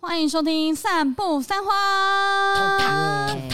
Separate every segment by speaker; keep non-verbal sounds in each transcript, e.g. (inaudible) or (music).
Speaker 1: 欢迎收听《散步三花》。
Speaker 2: 哦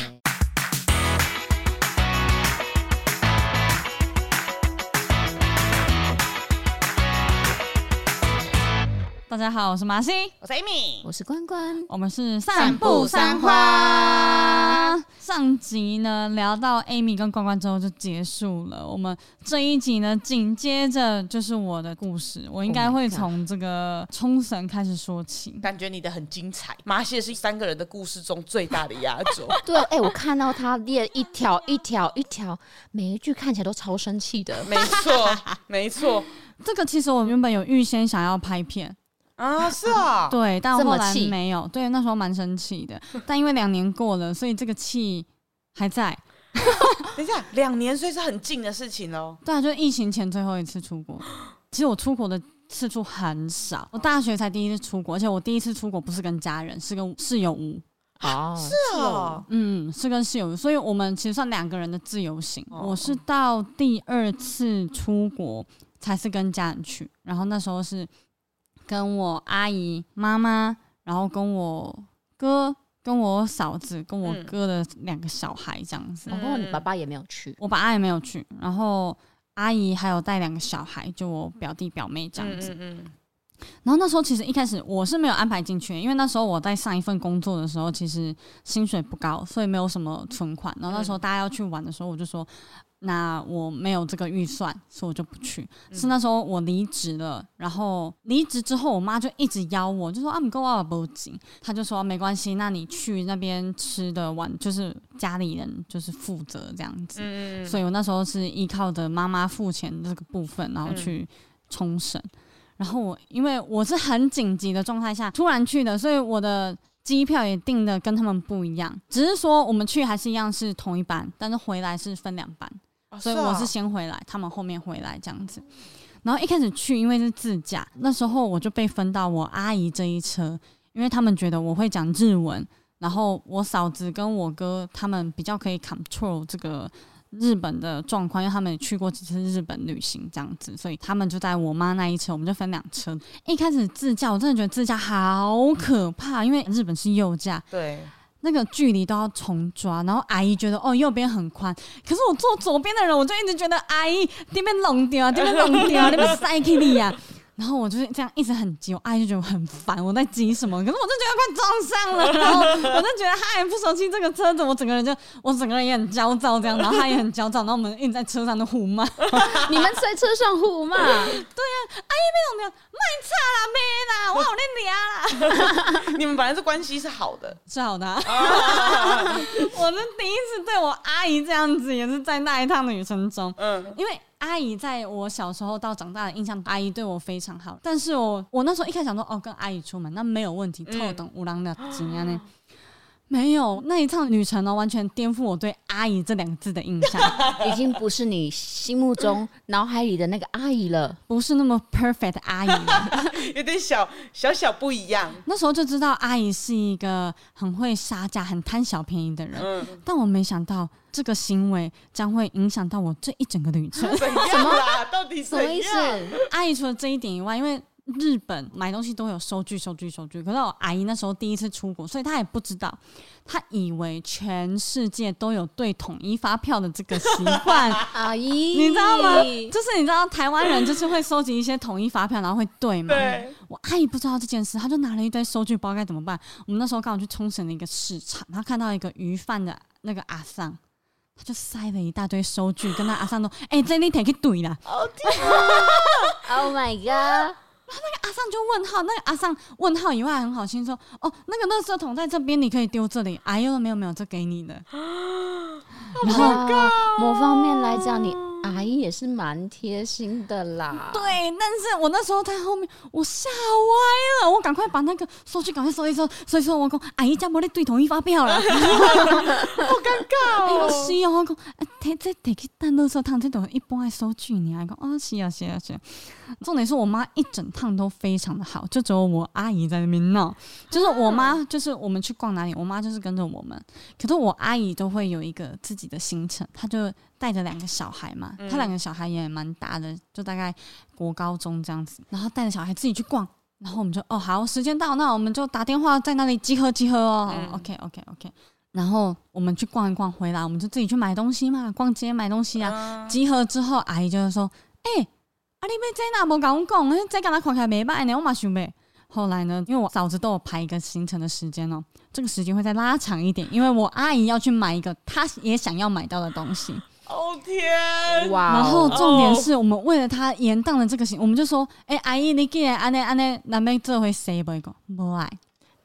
Speaker 1: 大家好，我是麻西，
Speaker 3: 我是 Amy，
Speaker 2: 我是关关，
Speaker 1: 我们是
Speaker 3: 散步三花。
Speaker 1: 上集呢聊到 Amy 跟关关之后就结束了，我们这一集呢紧接着就是我的故事，我应该
Speaker 2: Oh my
Speaker 1: 会
Speaker 2: God
Speaker 1: 从这个冲绳开始说起。
Speaker 3: 感觉你的很精彩。麻蟹是三个人的故事中最大的压轴，
Speaker 2: 对，哎、我看到他列一条一条一条，每一句看起来都超生气的。
Speaker 3: (laughs) 没错，没错
Speaker 1: 这个其实我原本有预先想要拍片，
Speaker 3: 啊，是啊，
Speaker 1: 对，但
Speaker 2: 这么
Speaker 1: 后来
Speaker 2: 气
Speaker 1: 没有，对，那时候蛮生气的，但因为两年过了，所以这个气还在。
Speaker 3: 等一下，两年所以是很近的事情哦。
Speaker 1: 对啊，就是疫情前最后一次出国。其实我出国的次数很少，我大学才第一次出国，而且我第一次出国不是跟家人，是跟室友屋。
Speaker 2: 哦，
Speaker 3: 是哦，
Speaker 1: 嗯，是跟室友屋，所以我们其实算两个人的自由行。
Speaker 3: 哦
Speaker 1: 我是到第二次出国才是跟家人去，然后那时候是跟我阿姨、妈妈，然后跟我哥、跟我嫂子、跟我
Speaker 3: 嗯
Speaker 1: 哥的两个小孩这样子。
Speaker 2: 然后哦你爸爸也没有去，
Speaker 1: 我爸阿姨没有去，然后阿姨还有带两个小孩，就我表弟表妹这样子。
Speaker 3: 嗯嗯
Speaker 1: 然后那时候其实一开始我是没有安排进去的，因为那时候我在上一份工作的时候，其实薪水不高，所以没有什么存款。然后
Speaker 3: 嗯
Speaker 1: 那时候大家要去玩的时候，我就说。那我没有这个预算，所以我就不去。
Speaker 3: 嗯
Speaker 1: 是那时候我离职了，然后离职之后，我妈就一直邀我，就说啊，你跟我不紧，她就说没关系，那你去那边吃的玩，就是家里人就是负责这样子。
Speaker 3: 嗯
Speaker 1: 所以我那时候是依靠着妈妈付钱这个部分，然后去冲绳。然后我因为我是很紧急的状态下突然去的，所以我的机票也订的跟他们不一样，只是说我们去还是一样是同一班，但是回来是分两班，
Speaker 3: 以
Speaker 1: 所以我是先回来，他们后面回来这样子。然后一开始去，因为是自驾，那时候我就被分到我阿姨这一车，因为他们觉得我会讲日文，然后我嫂子跟我哥他们比较可以 control 这个日本的状况，因为他们也去过几次日本旅行这样子，所以他们就在我妈那一车，我们就分两车。一开始自驾，我真的觉得自驾好可怕，因为日本是右驾，
Speaker 3: 对，
Speaker 1: 那个距离都要重抓，然后阿姨觉得哦右边很宽，可是我坐左边的人，我就一直觉得阿姨这边弄掉，这边弄掉，那边塞起你呀。然后我就是这样一直很急，我阿姨就觉得我很烦，我在急什么？可是我就觉得快撞上了，然后我就觉得她也不熟悉这个车子，我整个人就我整个人也很焦躁这样，然后她也很焦躁，然后我们一直在车上的互 (laughs) 骂，
Speaker 2: 你们在车上互骂，
Speaker 1: 弄掉，卖差啦，没啦，我有在聊啦。
Speaker 3: 你们本来是关系是好的，
Speaker 1: 是好
Speaker 3: (laughs)
Speaker 1: 的啊、 (laughs) 我是第一次对我阿姨这样子，也是在那一趟旅程中，
Speaker 3: 嗯，
Speaker 1: 因为阿姨在我小时候到长大的印象，阿姨对我非常好。但是我我那时候一开始想说，哦，跟阿姨出门那没有问题，
Speaker 3: 嗯
Speaker 1: 透等五郎的怎样呢？没有那一趟旅程呢，完全颠覆我对阿姨这两个字的印
Speaker 3: (laughs)
Speaker 1: 象，
Speaker 2: 已经不是你心目中、脑海里的那个阿姨了。
Speaker 1: 不是那么 perfect 的阿姨了。
Speaker 3: 有点小小小不一样，
Speaker 1: 那时候就知道阿姨是一个很会杀价、很贪小便宜的人，
Speaker 3: 嗯，
Speaker 1: 但我没想到这个行为将会影响到我这一整个旅程。 (laughs)
Speaker 3: 怎样啦？到底
Speaker 2: 什
Speaker 3: 怎
Speaker 2: 么意思？
Speaker 3: 样？
Speaker 1: 阿姨除了这一点以外，因为日本买东西都有收据、收据、收据。可是我阿姨那时候第一次出国，所以她也不知道，她以为全世界都有对统一发票的这个习惯。 (laughs)
Speaker 2: 阿姨，
Speaker 1: 你知道吗？就是你知道台湾人就是会收集一些统一发票，然后会对嘛。
Speaker 3: 对，
Speaker 1: 我阿姨不知道这件事，她就拿了一堆收据包，该怎么办？我们那时候刚好去冲绳的一个市场，她看到一个鱼贩的那个阿桑，她就塞了一大堆收据，跟那阿桑说：“哎、这里可以怼啦。”
Speaker 3: 哦天，
Speaker 2: ？Oh my god！
Speaker 1: 阿尚就问号，那个阿尚问号以外很好心说，哦，那个垃圾桶在这边，你可以丢这里。哎呦，没有没有，这给你的。然后
Speaker 2: 哇哦某方面来讲，你阿姨也是蛮贴心的啦。
Speaker 1: 对，但是我那时候在后面，我吓歪了，我赶快把那个收据赶快收一收，所以说我讲，阿姨家没得对统一发票了，好尴尬哦。是哦，我讲，啊，这这得去当垃圾桶，这种一般的收据你还讲，哦，是啊是啊是啊。重点是我妈一整趟都非常的好，就只有我阿姨在那边闹。就是我妈，就是我们去逛哪里，我妈就是跟着我们。可是我阿姨都会有一个自己的行程，她就带着两个小孩嘛，她两个小孩也蛮大的，就大概国高中这样子，然后带着小孩自己去逛。然后我们就哦好，时间到，那我们就打电话在那里集合集合哦。
Speaker 3: 嗯
Speaker 1: OK OK OK。然后我们去逛一逛，回来我们就自己去买东西嘛，逛街买东西啊。
Speaker 3: 啊，
Speaker 1: 集合之后，阿姨就是说：“哎、啊，你妹这哪无甲阮讲，那这跟他看起来没歹呢，我嘛想呗。”后来呢，因为我嫂子都有排一个行程的时间哦，这个时间会再拉长一点，因为我阿姨要去买一个她也想要买到的东西。
Speaker 3: 哦天，
Speaker 2: 哇哦，
Speaker 1: 然后重点是我们为了她延宕了这个行，我们就说：“哎、阿姨，你既然安尼安尼，咱们这回谁不会讲不爱？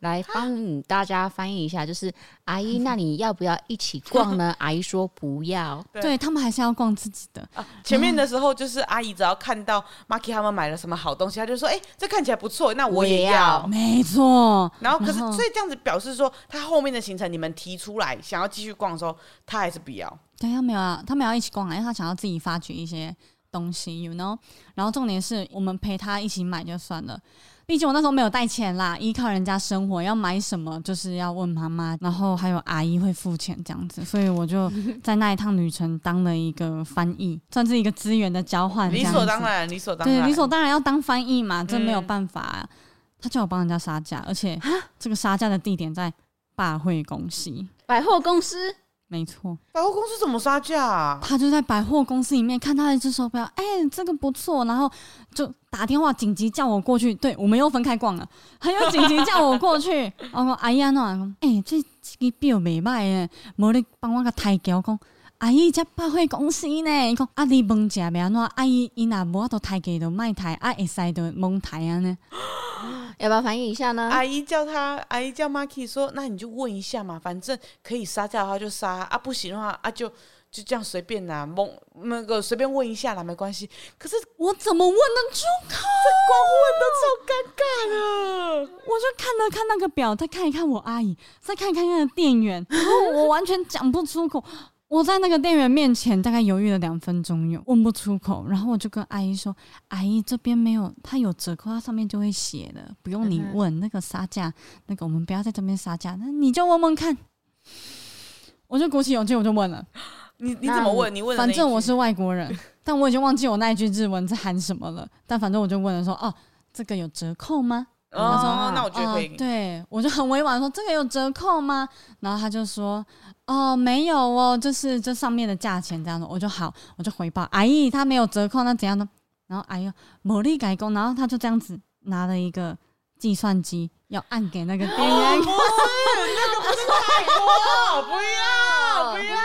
Speaker 2: 来帮大家翻译一
Speaker 1: (laughs)
Speaker 2: 下，就是阿姨，那你要不要一起逛呢？ (laughs) 阿姨说不要，
Speaker 3: 对
Speaker 1: 对他们还是要逛自己的。
Speaker 3: 啊，前面的时候就是阿姨只要看到 Maki 他们买了什么好东西，她就说：“哎、这看起来不错，那我也
Speaker 2: 我也
Speaker 3: 要
Speaker 2: 要。
Speaker 1: 没错，
Speaker 3: 然后可是
Speaker 1: 然后
Speaker 3: 所以这样子表示说，他后面的行程你们提出来想要继续逛的时候，他还是不要。
Speaker 1: 对，他们要他们要一起逛啊，因为他想要自己发掘一些东西，you know。然后重点是我们陪他一起买就算了，毕竟我那时候没有带钱啦，依靠人家生活，要买什么就是要问妈妈，然后还有阿姨会付钱这样子，所以我就在那一趟旅程当了一个翻译，算是一个资源的交换，
Speaker 3: 理所当。然，理所当然，啊
Speaker 1: 对，理所当然要当翻译嘛，这没有
Speaker 3: 嗯
Speaker 1: 办法、啊。他叫我帮人家杀价，而且这个杀价的地点在大会公西，
Speaker 2: 百货公司
Speaker 1: 没错。
Speaker 3: 百货公司怎么杀价、啊？
Speaker 1: 他就在百货公司里面看他的一只手表，哎、这个不错，然后就打电话紧急叫我过去。对我们又分开逛了，他又紧急叫我过去。 (laughs) 我讲阿姨安怎讲？哎、这这个表袂歹诶，无啊你帮我个抬轿讲。阿姨，这百货公司呢？伊讲啊，你问一下要安怎？阿姨，伊若无我都抬价就卖抬，啊会使就蒙抬啊安尼。
Speaker 2: (laughs) 要不要翻译一下
Speaker 1: 啊
Speaker 2: 呢？
Speaker 1: 哎
Speaker 3: 阿姨叫他，阿姨叫 Maki 说：“那你就问一下嘛，反正可以杀价的话就杀啊，不行的话啊就就这样随便啦，蒙那个随便问一下啦，没关系。”可是
Speaker 1: 我怎么问得出口？哎
Speaker 3: 光
Speaker 1: 我
Speaker 3: 问都超尴尬了。
Speaker 1: 就看了看那个表，再看一看我阿姨，再看一看那个店员，然后我完全讲不出口。我在那个店员面前大概犹豫了两分钟有，问不出口。然后我就跟阿姨说：“阿姨，这边没有，它有折扣，它上面就会写的，不用你
Speaker 2: 嗯哼
Speaker 1: 问、那个杀价，那个我们不要在这边杀价，那你就问问看。”我就鼓起勇气，我就问了。
Speaker 3: 你你怎么问？你问了
Speaker 1: 反
Speaker 3: 那一
Speaker 1: 正我
Speaker 3: 句
Speaker 1: 是外国人，但我已经忘记我那一句日文在喊什么了。但反正我就问了说：“哦，这个有折扣吗？”他说
Speaker 3: 哦，那我觉得可以
Speaker 1: 哦。对我就很委婉地说这个有折扣吗？然后他就说哦没有哦，就是这上面的价钱这样的。我就好，我就回报阿姨他没有折扣，那怎样呢？然后阿姨魔力改工，然后他就这样子拿了一个计算机要按给那个店员。
Speaker 3: 不是，那个不是泰国，不要不要。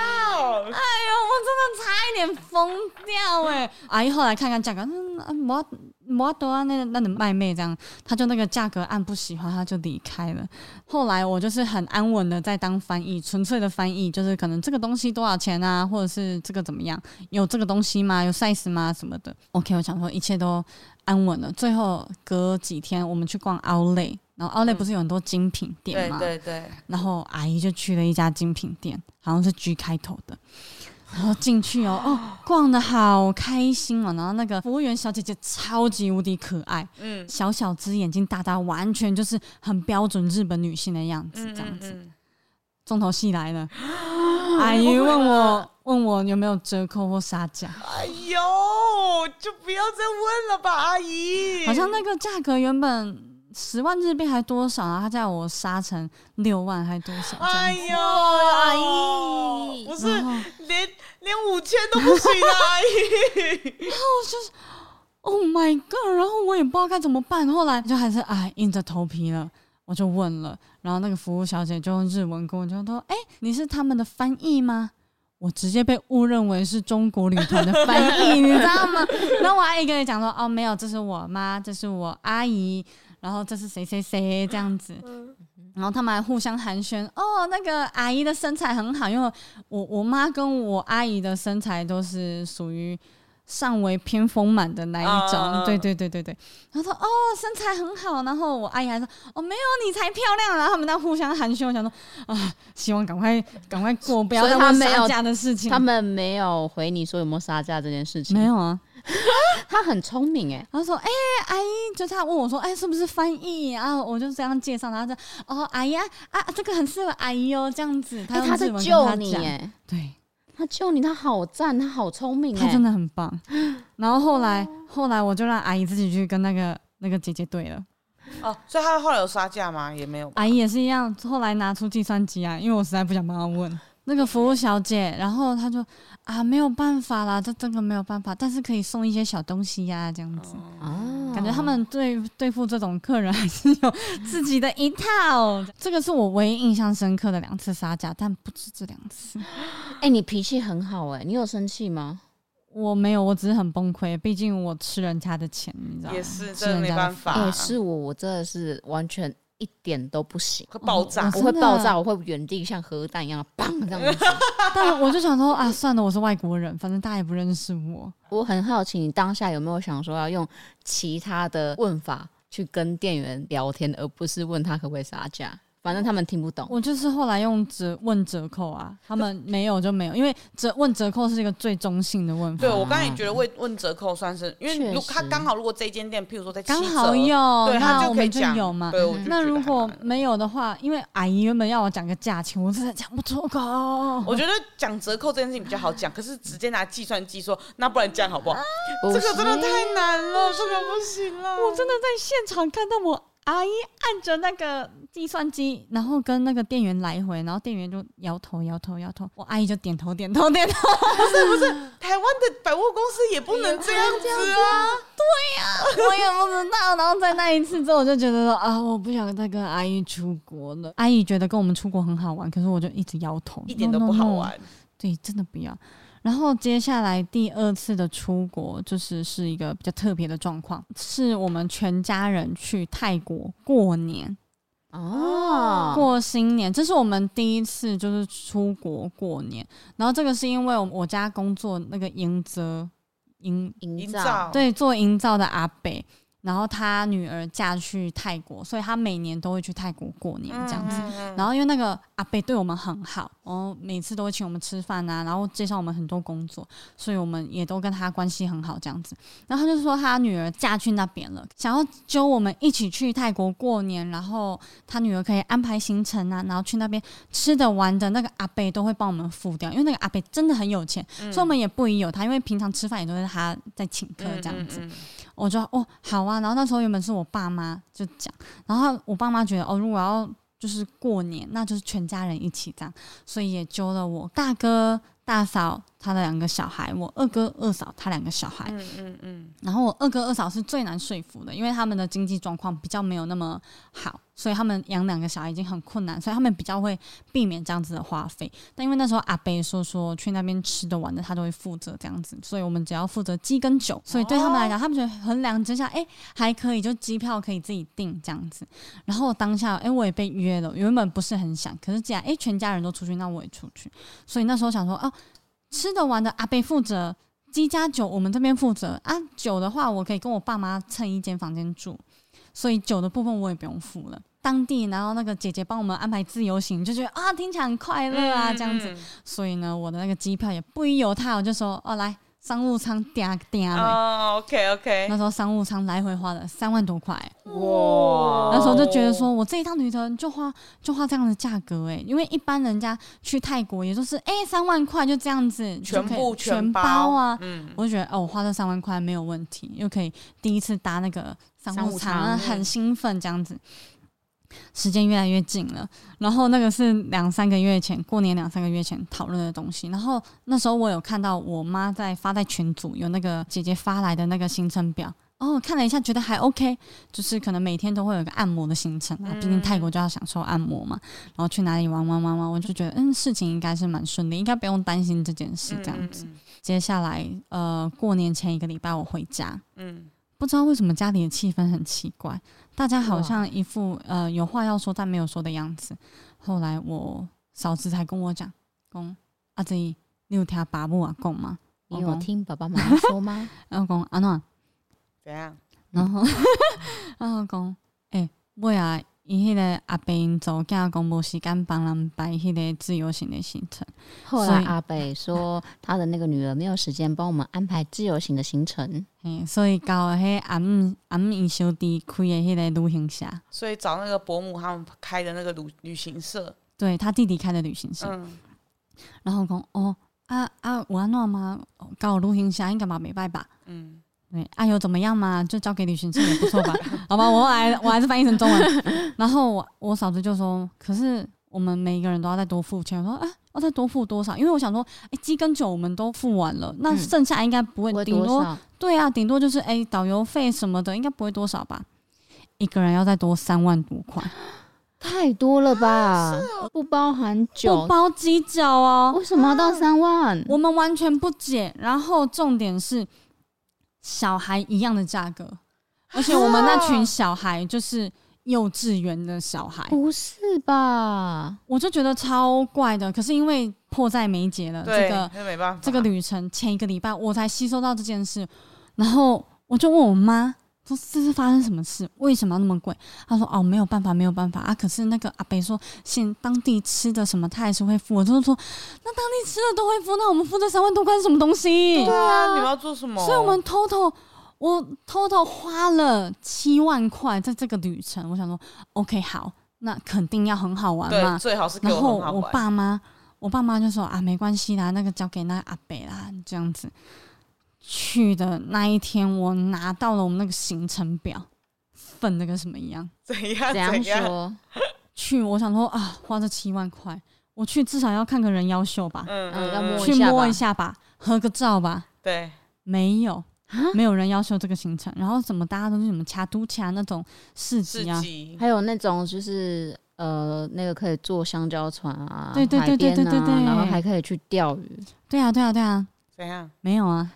Speaker 1: 哎呦，我真的差一点疯掉哎、阿姨后来看看价格，嗯，啊摩摩多啊，那那你卖妹这样，她就那个价格按不喜欢，她就离开了。后来我就是很安稳的在当翻译，纯粹的翻译，就是可能这个东西多少钱啊，或者是这个怎么样，有这个东西吗？有 size 吗？什么的。OK，我想说一切都安稳了。最后隔几天我们去逛 Outlet，然后 Outlet 不是有很多精品店
Speaker 3: 对
Speaker 1: 吗？
Speaker 3: 对对，
Speaker 1: 然后阿姨就去了一家精品店，好像是 G 开头的。然后进去哦，哦，逛的好开心哦。然后那个服务员小姐姐超级无敌可爱，
Speaker 3: 嗯
Speaker 1: 小小只眼睛大大，完全就是很标准日本女性的样子，
Speaker 3: 嗯
Speaker 1: 这样子。
Speaker 3: 嗯
Speaker 1: 重头戏来
Speaker 3: (gasps)
Speaker 1: 了，阿姨问我问我有没有折扣或杀价，
Speaker 3: 哎呦，就不要再问了吧，阿姨。
Speaker 1: 好像那个价格原本十万日币还多少，啊然后她叫我杀成六万还多少这样子。
Speaker 3: 哎呦，
Speaker 2: 阿姨
Speaker 3: 不是
Speaker 1: 然后
Speaker 3: 连连五千都不行啊，阿姨。
Speaker 1: Oh my god！然后我也不知道该怎么办，后来就还是哎硬着头皮了，我就问了，然后那个服务小姐就用日文跟我就说：“哎、你是他们的翻译吗？”我直接被误认为是中国旅团的翻译，你知道吗？ (laughs) 然后我阿姨跟你讲说：“哦，没有，这是我妈，这是我阿姨，然后这是谁谁谁这样子。”然后他们还互相寒暄：“哦，那个阿姨的身材很好，因为我我妈跟我阿姨的身材都是属于上围偏丰满的那一种，
Speaker 3: 啊
Speaker 1: 对对对对对。然后说哦身材很好，然后我阿姨还说哦没有你才漂亮，然后他们在互相寒暄，我想说啊希望赶快赶快过，不要
Speaker 2: 所以
Speaker 1: 再
Speaker 2: 他
Speaker 1: 问
Speaker 2: 没有
Speaker 1: 杀价的事情。
Speaker 2: 他们没有回你说有没有杀价这件事情，
Speaker 1: 没，有啊，
Speaker 2: 他很聪明哎，
Speaker 1: 然后说哎、阿姨，就他问我说哎、是不是翻译啊？我就这样介绍，然后她说哦阿姨啊啊这个很适合阿姨哦这样子，
Speaker 2: 哎，
Speaker 1: 用
Speaker 2: 他
Speaker 1: 日
Speaker 2: 在
Speaker 1: 文跟
Speaker 2: 救
Speaker 1: 她
Speaker 2: 你
Speaker 1: 讲
Speaker 2: 哎，
Speaker 1: 对。
Speaker 2: 他救你，他好赞，他好聪明
Speaker 1: 他
Speaker 2: 哎哦
Speaker 1: 真，的很棒。然后后来后来我就让阿姨自己去跟那个那个姐姐对了，
Speaker 3: 哦，所以他后来有杀价吗？也没有吧。
Speaker 1: 阿姨也是一样，后来拿出计算机啊，因为我实在不想帮她问那个服务小姐，然后她就啊没有办法啦，这这个没有办法，但是可以送一些小东西呀、这样
Speaker 3: 哦
Speaker 1: 子。
Speaker 2: 啊
Speaker 1: 感觉他们对对付这种客人还是有自己的一套，这个是我唯一印象深刻的两次杀价，但不止这两次。
Speaker 2: 哎、你脾气很好哎、你有生气吗？
Speaker 1: 我没有，我只是很崩溃，毕竟我吃人家的钱，你知道吗？
Speaker 3: 也是，
Speaker 1: 吃
Speaker 3: 真的
Speaker 1: 人
Speaker 3: 没
Speaker 1: 家
Speaker 3: 办
Speaker 1: 的
Speaker 3: 法，
Speaker 2: 哎、是我，我真的是完全一点都不行，
Speaker 3: 会爆炸
Speaker 1: 哦。
Speaker 2: 我
Speaker 1: 真
Speaker 2: 会
Speaker 1: 的
Speaker 2: 爆炸，我会原地像核弹一样，砰这样子。
Speaker 1: 但我就想说啊，算了，我是外国人，反正大家也不认识我。
Speaker 2: 我很好奇，你当下有没有想说要用其他的问法去跟店员聊天，而不是问他可不可以杀价？反正他们听不懂。
Speaker 1: 我就是后来用折问折扣啊，他们没有就没有，因为折问折扣是一个最中性的问法，
Speaker 3: 对，我刚才也觉得问问折扣算是，因为
Speaker 2: 确
Speaker 3: 如
Speaker 2: 实
Speaker 3: 他刚好如果这间店，譬如说在七折
Speaker 1: 刚好，有，
Speaker 3: 对，他
Speaker 1: 那
Speaker 3: 就
Speaker 1: 我
Speaker 3: 可以
Speaker 1: 们就
Speaker 3: 讲
Speaker 1: 有嘛。
Speaker 3: 对，我就
Speaker 1: 那
Speaker 3: 觉得
Speaker 1: 如
Speaker 3: 还
Speaker 1: 果
Speaker 3: 蛮
Speaker 1: 没有的话，因为阿姨原本要我讲个价钱，我真的讲不出
Speaker 3: (laughs)
Speaker 1: 口。 (laughs)
Speaker 3: 我觉得讲折扣这件事情比较好讲，可是直接拿计算机说，那不然这样好不
Speaker 1: 啊
Speaker 3: 好？
Speaker 2: 不
Speaker 3: 这个真的
Speaker 2: 行
Speaker 3: 太难了，这个不行了。
Speaker 1: 我真的在现场看到我阿姨按着那个计算机，然后跟那个店员来回，然后店员就摇头摇头摇头，我阿姨就点头点头点头。
Speaker 3: 台湾的百货公司也不能这样子啊！
Speaker 1: 我也不知道。然后在那一次之后，我就觉得说啊，我不想再跟阿姨出国了。阿姨觉得跟我们出国很好玩，可是我就一直摇头，
Speaker 3: 一点都
Speaker 1: “No, no,
Speaker 3: 不好
Speaker 1: no
Speaker 3: 玩。
Speaker 1: 对，真的不要。然后接下来第二次的出国，就是是一个比较特别的状况，是我们全家人去泰国过年、
Speaker 3: 啊
Speaker 2: 哦，
Speaker 1: 过新年，这是我们第一次就是出国过年。然后这个是因为我我家工作那个营泽营
Speaker 2: 营
Speaker 3: 营
Speaker 2: 造
Speaker 3: 造
Speaker 1: 对做营造的阿北，然后他女儿嫁去泰国，所以他每年都会去泰国过年这样子。
Speaker 3: 嗯
Speaker 1: 然后因为那个阿伯对我们很好，然后每次都会请我们吃饭啊，然后介绍我们很多工作，所以我们也都跟他关系很好这样子。然后他就说他女儿嫁去那边了，想要揪我们一起去泰国过年，然后他女儿可以安排行程啊，然后去那边吃的玩的，那个阿伯都会帮我们付掉，因为那个阿伯真的很有钱，所以我们也不疑有他，因为平常吃饭也都是他在请客这样子。
Speaker 3: 嗯嗯嗯嗯
Speaker 1: 我就哦好啊，然后那时候原本是我爸妈就讲，然后我爸妈觉得哦，如果要就是过年，那就是全家人一起这样，所以也揪了我大哥、大嫂他的两个小孩，我二哥、二嫂他两个小孩，
Speaker 3: 嗯嗯嗯，
Speaker 1: 然后我二哥二嫂是最难说服的，因为他们的经济状况比较没有那么好，所以他们养两个小孩已经很困难，所以他们比较会避免这样子的花费。但因为那时候阿贝说说去那边吃的玩的他都会负责这样子，所以我们只要负责鸡跟酒，所以对他们
Speaker 3: 哦
Speaker 1: 来讲，他们觉得衡量之下，哎、还可以，就机票可以自己订这样子。然后当下，哎、我也被约了，原本不是很想，可是既然哎、全家人都出去，那我也出去。所以那时候想说，哦，吃的玩的阿贝负责，鸡加酒我们这边负责啊。酒的话，我可以跟我爸妈蹭一间房间住，所以酒的部分我也不用付了。当地，然后那个姐姐帮我们安排自由行，就觉得啊，听起来很快乐啊，这样子。
Speaker 3: 嗯。
Speaker 1: 所以呢，我的那个机票也不一犹他，我就说哦，来商务舱嗲嗲了。
Speaker 3: 哦，OK OK，
Speaker 1: 那时候商务舱来回花了三万多块，
Speaker 3: 哇
Speaker 1: 那时候就觉得说，我这一趟旅程就花就花这样的价格哎、因为一般人家去泰国也就是哎三、万块就这样子，就
Speaker 3: 全
Speaker 1: 可
Speaker 3: 部
Speaker 1: 以全
Speaker 3: 包
Speaker 1: 啊，
Speaker 3: 嗯，
Speaker 1: 我就觉得哦，我花这三万块没有问题，又可以第一次搭那个商
Speaker 2: 商务
Speaker 1: 务舱，
Speaker 2: 舱
Speaker 1: 很兴奋这样子。时间越来越近了，然后那个是两三个月前，过年两三个月前讨论的东西。然后那时候我有看到我妈在发在群组有那个姐姐发来的那个行程表，哦，看了一下觉得还 OK，就是可能每天都会有一个按摩的行程啊，毕竟泰国就要享受按摩嘛。然后去哪里玩玩玩玩，我就觉得嗯，事情应该是蛮顺利，应该不用担心这件事这样子。
Speaker 3: 嗯，
Speaker 1: 接下来呃，过年前一个礼拜我回家，
Speaker 3: 嗯，
Speaker 1: 不知道为什么家里的气氛很奇怪，大家好像一副呃有话要说但没有说的样子。后来我嫂子才跟我讲，啊公阿姊，你有听爸母啊讲吗？
Speaker 2: 你有听爸爸妈妈说吗？
Speaker 1: 然后讲安怎？
Speaker 3: 怎样？
Speaker 1: 然后 (laughs) 然后讲，诶、尾啊，伊迄个阿伯因祖囝讲无时间帮人排迄个自由行的行程。
Speaker 2: 后
Speaker 1: 所
Speaker 2: 来
Speaker 1: 以
Speaker 2: 阿北说，他的那个女儿没有时间帮我们安排自由行的行程。
Speaker 1: 嘿，所以到迄阿姆阿姆因小弟开的迄个旅行社，
Speaker 3: 所以找那个伯母他们开的那个旅旅行社，
Speaker 1: 对他弟弟开的旅行社，
Speaker 3: 嗯，
Speaker 1: 哦啊然后讲哦啊啊有安怎吗？到旅行社应该嘛袂歹吧？
Speaker 3: 嗯，
Speaker 1: 对，啊有怎么样嘛？就交给旅行社也不错
Speaker 2: (laughs)
Speaker 1: 吧？好吧，我后来我还是翻译成中文。然后我我嫂子就说，可是我们每一个人都要再多付钱。我说啊，要再多付多少？因为我想说，哎、鸡跟酒我们都付完了，那
Speaker 2: 嗯
Speaker 1: 剩下应该不会
Speaker 2: 不会
Speaker 1: 顶
Speaker 2: 多
Speaker 1: 多
Speaker 2: 少？
Speaker 1: 对啊，顶多就是哎、导游费什么的，应该不会多少吧？一个人要再多三万多块，
Speaker 4: 太多了吧？不包含
Speaker 1: 不
Speaker 4: 酒，
Speaker 1: 包鸡脚哦。
Speaker 4: 为什么要到三万？
Speaker 1: 我们完全不解。然后重点是小孩一样的价格，而且我们那群小孩就是幼稚园的小孩，
Speaker 4: 不是吧？
Speaker 1: 我就觉得超怪的。可是因为迫在眉睫了，这
Speaker 3: 对，
Speaker 1: 个
Speaker 3: 那没办法，
Speaker 1: 这个旅程前一个礼拜我才吸收到这件事，然后我就问我妈说这是发生什么事，为什么要那么贵？她说哦没有办法没有办法啊，可是那个阿北说现当地吃的什么他还是会付，我就是说那当地吃的都会付，那我们付这三万多块是什么东西
Speaker 3: 对？啊，你们要做什么？
Speaker 1: 所以我们 total 我 total 花了七万块在这个旅程，我想说 OK 好，那肯定要很好玩嘛
Speaker 3: 对，最好是给
Speaker 1: 然
Speaker 3: 我
Speaker 1: 后
Speaker 3: 很好
Speaker 1: 我
Speaker 3: 玩。
Speaker 1: 爸妈，我爸妈就说啊，没关系啦，那个交给那个阿北啦，这样子。去的那一天，我拿到了我们那个行程表，愤的跟什么一样。
Speaker 3: 怎样
Speaker 2: 怎样
Speaker 3: 怎样？
Speaker 2: 说？
Speaker 1: 去，我想说啊，花这七万块，我去至少要看个人妖秀吧，
Speaker 3: 嗯
Speaker 2: 嗯要摸
Speaker 1: 去
Speaker 2: 一下
Speaker 1: 摸
Speaker 2: 吧
Speaker 1: 一下吧，合个照吧，
Speaker 3: 对，
Speaker 1: 没有
Speaker 4: 啊。
Speaker 1: 没有人要求这个行程，然后怎么大家都是什么卡都卡那种市
Speaker 3: 自
Speaker 1: 集啊，
Speaker 3: 己
Speaker 2: 还有那种就是呃，那个可以坐香蕉船啊，
Speaker 1: 对对对对
Speaker 2: 海边啊
Speaker 1: 对对对
Speaker 2: 然后还可以去钓鱼。
Speaker 1: 对啊对啊对啊，
Speaker 3: 怎样？
Speaker 1: 没有啊，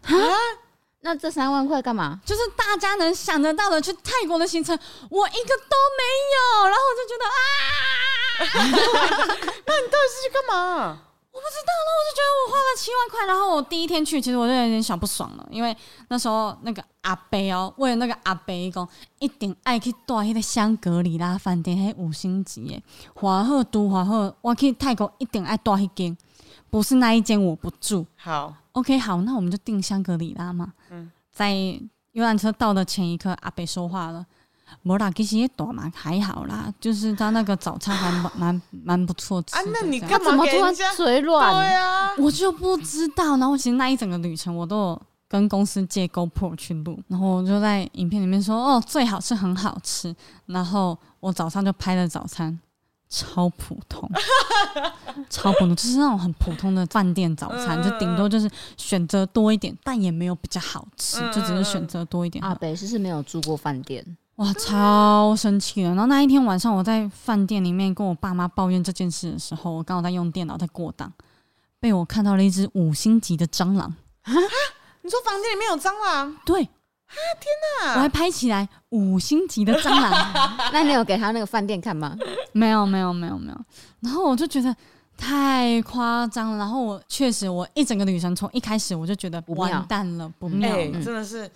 Speaker 2: 那这三万块干嘛？
Speaker 1: 就是大家能想得到的去泰国的行程，我一个都没有，然后我就觉得啊，
Speaker 3: 去干嘛？
Speaker 1: 我不知道，然后我就觉得啊我花了七万块，然后我第一天去，其实我就有点小不爽了，因为那时候那个阿贝哦、为了那个阿贝讲，一定爱去住迄个香格里拉饭店，迄五星级的，华赫都华赫，我去泰国一定爱住迄间，不是那一间我不住。
Speaker 3: 好，
Speaker 1: OK，好，那我们就定香格里拉嘛。
Speaker 3: 嗯
Speaker 1: 在游览车到的前一刻，阿北说话了。没啦，其实也短嘛，还好啦，就是他那个早餐还蛮蛮蛮不错吃的
Speaker 3: 啊
Speaker 1: 这样。
Speaker 3: 那你
Speaker 1: 干
Speaker 3: 干
Speaker 4: 怎
Speaker 3: 嘛
Speaker 4: 么
Speaker 3: 给
Speaker 4: 突
Speaker 3: 人
Speaker 4: 然
Speaker 3: 家？
Speaker 4: 嘴
Speaker 3: 对
Speaker 4: 软？
Speaker 3: 啊，
Speaker 1: 我就不知道。然后其实那一整个旅程我都有跟公司借 GoPro 去录，然后我就在影片里面说，哦，最好是很好吃。然后我早上就拍了早餐，超普通， (laughs) 超普通，就是那种很普通的饭店早餐，
Speaker 3: 嗯
Speaker 1: 就顶多就是选择多一点，但也没有比较好吃，
Speaker 3: 嗯
Speaker 1: 就只是选择多一点。
Speaker 2: 阿北是不是没有住过饭店？
Speaker 1: 哇，超生气了！然后那一天晚上，我在饭店里面跟我爸妈抱怨这件事的时候，我刚好在用电脑在过档，被我看到了一只五星级的蟑螂。
Speaker 3: 你说房间里面有蟑螂，
Speaker 1: 对，啊天哪！我还拍起来五星级的蟑螂，
Speaker 2: 那你有给他那个饭店看 (laughs) 吗？
Speaker 1: 没有，没有，没有，没有。然后我就觉得太夸张了。然后我确实，我一整个旅程从一开始我就觉得
Speaker 2: 不妙
Speaker 1: 完蛋了，不妙了。
Speaker 3: 哎，真的是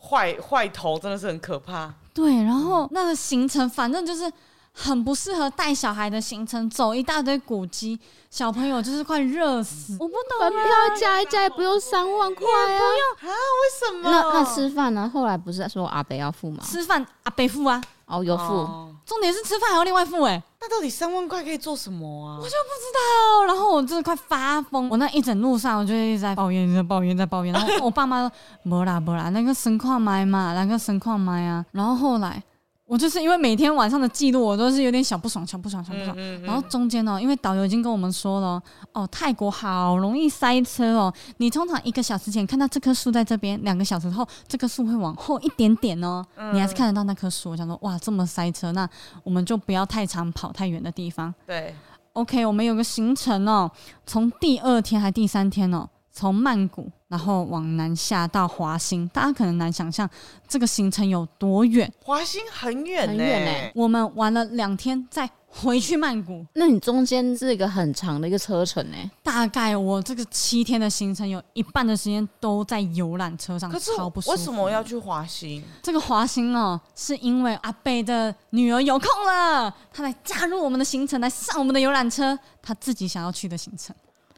Speaker 3: 坏坏头，真的是很可怕。
Speaker 1: 对，然后那个行程反正就是很不适合带小孩的行程，走一大堆古迹，小朋友就是快热死。我不懂
Speaker 4: 门
Speaker 1: 啊，
Speaker 4: 票加一加也不用三万块啊！
Speaker 3: 为什么？
Speaker 2: 那那吃饭呢？后来不是说阿北要付吗？
Speaker 1: 吃饭啊，北付啊，
Speaker 2: 哦，有付。
Speaker 3: 哦
Speaker 1: 重点是吃饭还要另外付哎、
Speaker 3: 那到底三万块可以做什么啊？
Speaker 1: 哦，然后我真的快发疯，我那一整路上我就一直在抱怨，一直在抱怨，在抱怨。然 (laughs) 后我爸妈说：“没啦没啦，那个神矿买嘛，那个神矿买啊。”然后后来我就是因为每天晚上的记录，我都是有点小不爽，小不爽，小不爽。
Speaker 3: 嗯
Speaker 1: 然后中间哦呢、因为导游已经跟我们说了，哦，泰国好容易塞车哦。你通常一个小时前看到这棵树在这边，两个小时后这棵树会往后一点点哦，你还是看得到那棵树。我想说，哇，这么塞车，那我们就不要太常跑太远的地方。
Speaker 3: 对，
Speaker 1: OK，我们有个行程哦，从第二天还第三天哦，从曼谷然后往南下到华兴，大家可能难想象这个行程有多远。
Speaker 3: 华兴很远
Speaker 2: 很
Speaker 3: 呢、
Speaker 2: 远欸
Speaker 1: 我们玩了两天，再回去曼谷，
Speaker 2: 那你中间是一个很长的一个车程欸呢、
Speaker 1: 大概我这个七天的行程有一半的时间都在游览车上，
Speaker 3: 可是
Speaker 1: 嗯超不舒服。
Speaker 3: 为什么要去华兴？
Speaker 1: 这个华兴哦？是因为阿贝的女儿有空了，她来加入我们的行程，来上我们的游览车，她自己想要去的行程。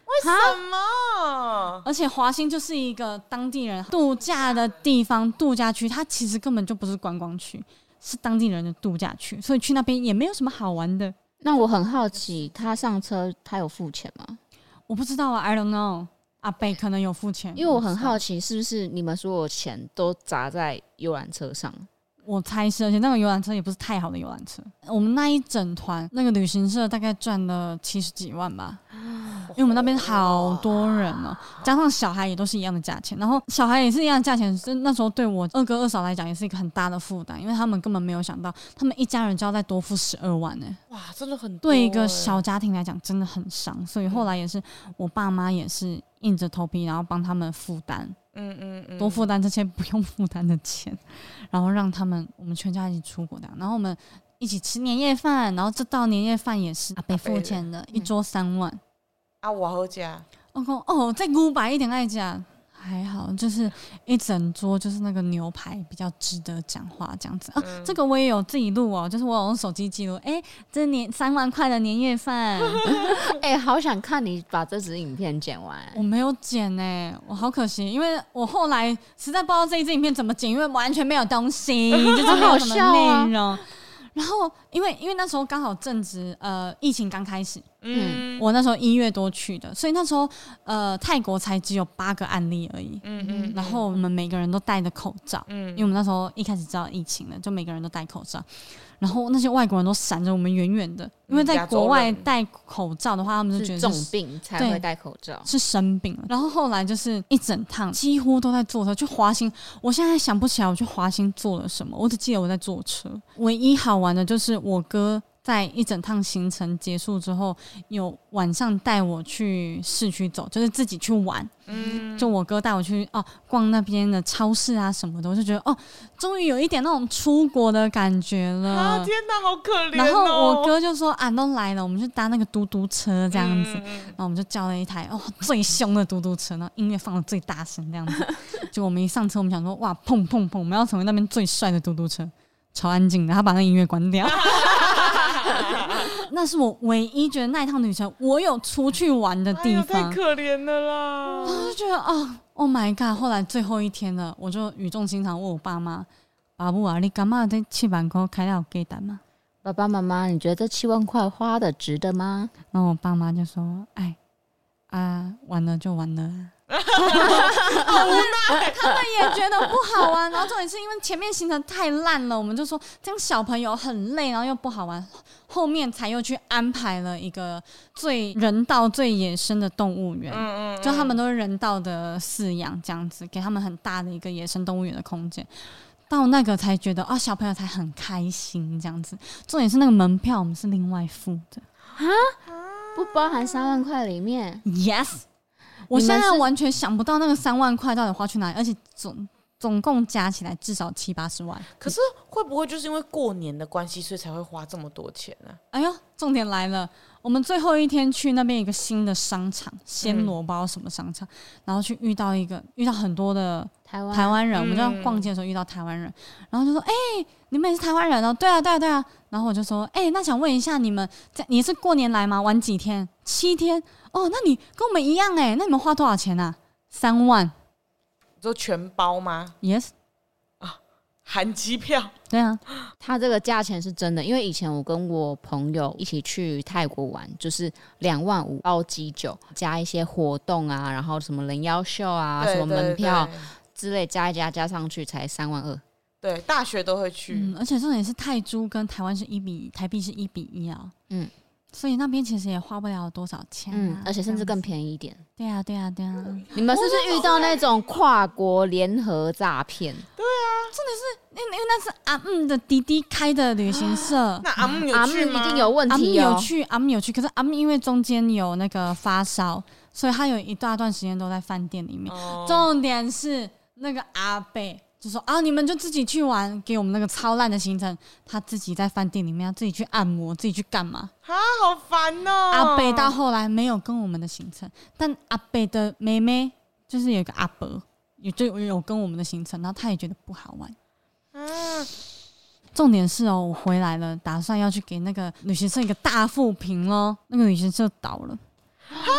Speaker 3: 为什么？
Speaker 1: 而且华兴就是一个当地人度假的地方，度假区，它其实根本就不是观光区，是当地人的度假区，所以去那边也没有什么好玩的。
Speaker 2: 那我很好奇，他上车他有付钱吗？
Speaker 1: 我不知道啊，I don't know。阿贝可能有付钱，
Speaker 2: 因为我很好奇，是不是你们所有钱都砸在游览车上？
Speaker 1: 我猜是，而且那个游览车也不是太好的游览车。我们那一整团那个旅行社大概赚了七十几万吧，因为我们那边好多人哦、加上小孩也都是一样的价钱，然后小孩也是一样的价钱，是那时候对我二哥二嫂来讲也是一个很大的负担，因为他们根本没有想到，他们一家人就要再多付十二万呢、
Speaker 3: 哇，真的很多
Speaker 1: 对一
Speaker 3: 欸
Speaker 1: 个小家庭来讲真的很伤，所以后来也是我爸妈也是硬着头皮，然后帮他们负担，
Speaker 3: 嗯嗯嗯，
Speaker 1: 多负担这些不用负担的钱， (laughs) 然后让他们我们全家一起出国的，然后我们一起吃年夜饭，然后这道年夜饭也是阿北啊付钱的，嗯一桌三万。
Speaker 3: 啊，我好假，
Speaker 1: 我讲哦，再古白一点爱讲。还好， (laughs) 就是一整桌就是那个牛排比较值得讲话这样子啊。这个我也有自己录哦，就是我有用手机记录。哎、这年三万块的年夜饭，
Speaker 2: (laughs) 哎、好想看你把这支影片剪完。
Speaker 1: 我没有剪呢、我好可惜，因为我后来实在不知道这一支影片怎么剪，因为完全没有东
Speaker 3: (laughs)
Speaker 1: 西，就是没有什么内
Speaker 3: 啊
Speaker 1: 容。然后，因为因为那时候刚好正值呃疫情刚开始，
Speaker 3: 嗯，
Speaker 1: 我那时候一月多去的，所以那时候呃泰国才只有八个案例而已。
Speaker 3: 嗯嗯，
Speaker 1: 然后我们每个人都戴着口罩，因
Speaker 3: 嗯
Speaker 1: 为我们那时候一开始知道疫情了，就每个人都戴口罩。然后那些外国人都闪着我们远远的，因为
Speaker 3: 嗯
Speaker 1: 在
Speaker 3: 亚洲
Speaker 1: 国外
Speaker 3: 人
Speaker 1: 戴口罩的话，他们就觉
Speaker 2: 是
Speaker 1: 得
Speaker 2: 重
Speaker 1: 是
Speaker 2: 病才
Speaker 1: 对
Speaker 2: 会戴口罩，
Speaker 1: 是生病了。然后后来就是一整趟几乎都在坐车，去华兴。我现在想不起来我去华兴做了什么，我只记得我在坐车。唯一好玩的就是我哥。在一整趟行程结束之后，有晚上带我去市区走，就是自己去玩。
Speaker 3: 嗯，
Speaker 1: 就我哥带我去哦逛那边的超市啊什么的，我就觉得哦，终于有一点那种出国的感觉了。
Speaker 3: 啊，天哪，好可怜哦。
Speaker 1: 然后我哥就说啊，都来了，我们去搭那个嘟嘟车这样子。
Speaker 3: 嗯，嗯
Speaker 1: 然后我们就叫了一台哦最凶的嘟嘟车，然后音乐放的最大声这样
Speaker 3: (laughs)
Speaker 1: 子。就我们一上车，我们想说哇砰砰砰，我们要成为那边最帅的嘟嘟车，超安静的。他把那音乐关
Speaker 3: (laughs)
Speaker 1: 掉，那是我唯一觉得那一趟旅程我有出去玩的
Speaker 3: 嗯哎
Speaker 1: 地
Speaker 3: 呦，
Speaker 1: 方
Speaker 3: 太。可怜了啦。
Speaker 1: 我就觉得啊、o h my god！后来最后一天了，我就语重心长问我爸妈：“爸母啊，你干嘛这七万块开了给单吗
Speaker 2: 爸爸妈妈，你觉得这七万块花的值得吗？？”
Speaker 1: 然后我爸妈就说：“哎，啊，完了就完了啊。”
Speaker 3: (laughs)
Speaker 1: 他们也觉得不好玩，然后重点是因为前面行程太烂了，我们就说这样小朋友很累，然后又不好玩，后面才又去安排了一个最人道、最野生的动物园，
Speaker 3: 嗯嗯，
Speaker 1: 就他们都是人道的饲养，这样子给他们很大的一个野生动物园的空间。到那个才觉得啊、小朋友才很开心这样子。重点是那个门票我们是另外付的。
Speaker 2: 不包含三万块里面，
Speaker 1: Yes，我
Speaker 2: 你
Speaker 1: 现
Speaker 2: 们
Speaker 1: 在
Speaker 2: 是
Speaker 1: 完全想不到那个三万块到底花去哪里，而且总总共加起来至少七八十万。
Speaker 3: (gasps) 可是会不会就是因为过年的关系，所以才会花这么多钱呢、
Speaker 1: 哎呦，重点来了，我们最后一天去那边一个新的商场，鲜萝卜什么商场，然后去遇到一个遇到很多的
Speaker 2: 台湾
Speaker 1: 台湾人，我们
Speaker 3: 嗯
Speaker 1: 就逛街的时候遇到台湾人，然后就说：“哎、你们也是台湾人哦？对啊，对啊，对啊。”然后我就说：“哎、那想问一下，你们在你是过年来吗？玩几天？七天？哦，那你跟我们一样哎、那你们花多少钱啊？三万
Speaker 3: 你说全包吗？
Speaker 1: ？Yes，
Speaker 3: 含机票？
Speaker 1: 对啊，
Speaker 2: 它这个价钱是真的，因为以前我跟我朋友一起去泰国玩，就是两万五包机酒，加一些活动啊，然后什么人妖秀啊，
Speaker 3: 对
Speaker 2: 什么门票？
Speaker 3: 对对
Speaker 2: 之类，加一加加上去才三万二。
Speaker 3: 对，大学都会去。
Speaker 1: 嗯，而且重点是泰铢跟台湾是一比台币是一比一啊。
Speaker 2: 嗯
Speaker 1: 嗯，所以那边其实也花不了多少钱、啊。
Speaker 2: 嗯，而且甚至
Speaker 1: 这样
Speaker 2: 更
Speaker 1: 子
Speaker 2: 便宜嗯一点。
Speaker 1: 对啊，对啊，对啊。
Speaker 2: 你们是不是遇到那种跨国联合诈骗？
Speaker 1: 那因为那是阿姆的弟弟开的旅行社。
Speaker 3: 那阿木有
Speaker 2: 阿
Speaker 3: 去
Speaker 2: 们
Speaker 3: 吗？
Speaker 2: 一定有嗯问
Speaker 1: 阿姆
Speaker 2: 题哦
Speaker 1: 有。去，阿姆有去，可是阿姆因为中间有那个发烧，所以他有一大段时间都在饭店里面。
Speaker 3: 哦。
Speaker 1: 重点是那个阿贝就说啊，你们就自己去玩，给我们那个超烂的行程，他自己在饭店里面要自己去按摩，自己去干嘛？
Speaker 3: 啊，好烦哦、
Speaker 1: 阿贝到后来没有跟我们的行程，但阿贝的妹妹就是有一个阿伯，有就有跟我们的行程，然后他也觉得不好玩。
Speaker 3: 啊，
Speaker 1: 重点是哦，我回来了，打算要去给那个旅行社一个大负评咯。那个旅行社倒了，
Speaker 2: 他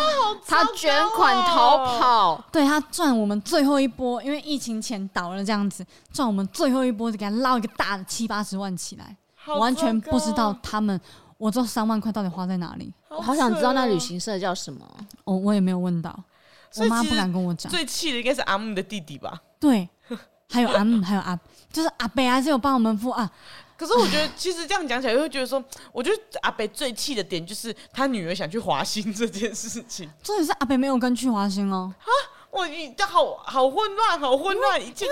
Speaker 3: 哦
Speaker 2: 卷款逃跑，
Speaker 1: 对他赚我们最后一波，因为疫情前倒了这样子，赚我们最后一波就给他捞一个大的七八十万起来，
Speaker 3: 好
Speaker 1: 我完全
Speaker 3: 糟糕
Speaker 1: 不知道，他们我这三万块到底花在哪里。
Speaker 3: 我
Speaker 2: 我好想知道那旅行社叫什么。
Speaker 1: 哦，我也没有问到，我
Speaker 3: 所以
Speaker 1: 妈
Speaker 3: 其
Speaker 1: 不
Speaker 3: 实
Speaker 1: 敢跟我讲。
Speaker 3: 最气的应该是阿木的弟弟吧？
Speaker 1: 对，还有阿姆，还有阿，就是阿伯还是有帮我们付啊。
Speaker 3: 可是我觉得，其实这样讲起来，又会觉得说， (sighs) 我觉得阿北最气的点就是他女儿想去华兴这件事情。 (laughs)
Speaker 1: 重点是阿伯没有跟去华兴哦，
Speaker 3: 哇，你这好好混乱，好混乱！因为
Speaker 1: 这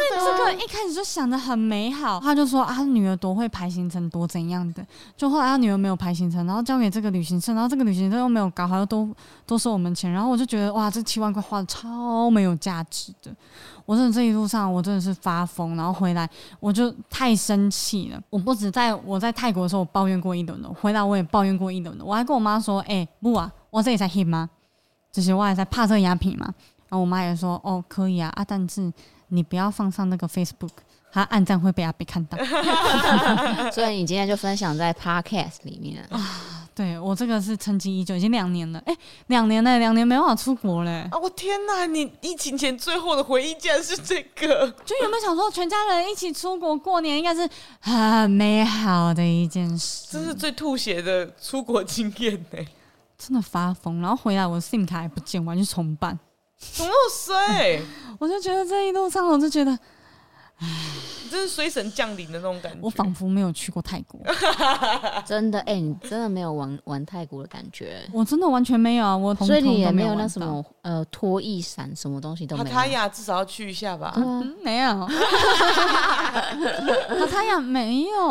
Speaker 1: 个一开始就想的很美好，他就说啊，他女儿多会排行程，多怎样的。就后来他女儿没有排行程，然后交给这个旅行社，然后这个旅行社又没有搞好，又多多收我们钱，然后我就觉得哇，这七万块花的超没有价值的。我真的这一路上我真的是发疯，然后回来我就太生气了。我不止在我在泰国的时候我抱怨过一轮的，回来我也抱怨过一轮的。我还跟我妈说，哎、不啊，我这里在 hit 吗？就是我还在怕这个鸦片嘛。然后我妈也说，哦，可以啊，啊，但是你不要放上那个 Facebook，他暗赞会被阿北看到。
Speaker 3: 哎
Speaker 2: 所以你今天就分享在 podcast 里
Speaker 3: (laughs)
Speaker 2: 面，
Speaker 1: 对我这个是沉寂已久，已经两年了，哎、两年嘞，两年没办法出国嘞。
Speaker 3: 啊，我天哪！你疫情前最后的回忆竟然是这个，
Speaker 1: (laughs) 就原本想说全家人一起出国过年，应该是很美好的一件事，
Speaker 3: 这是最吐血的出国经验呢、
Speaker 1: 真的发疯。然后回来我的 SIM 卡还不见，我还去重办，
Speaker 3: 怎么有水？
Speaker 1: 我就觉得这一路上我就觉得
Speaker 3: 你 (laughs) 真是水神降临的那种感觉。
Speaker 1: 我仿佛没有去过泰国，
Speaker 2: 真的，哎、你真的没有玩玩泰国的感觉，
Speaker 1: 我真的完全没有啊，我统
Speaker 2: 所以
Speaker 1: 统
Speaker 2: 你也
Speaker 1: 都
Speaker 2: 没
Speaker 1: 有
Speaker 2: 有
Speaker 1: 玩
Speaker 2: 那
Speaker 1: 到
Speaker 2: 什么呃脱衣伞什么东西都
Speaker 3: 帕
Speaker 2: 没
Speaker 3: 塔
Speaker 2: 有。呃
Speaker 3: 亚至少要去一下吧。
Speaker 1: 嗯没
Speaker 2: (laughs)
Speaker 1: 有， (laughs) 帕塔亚没有，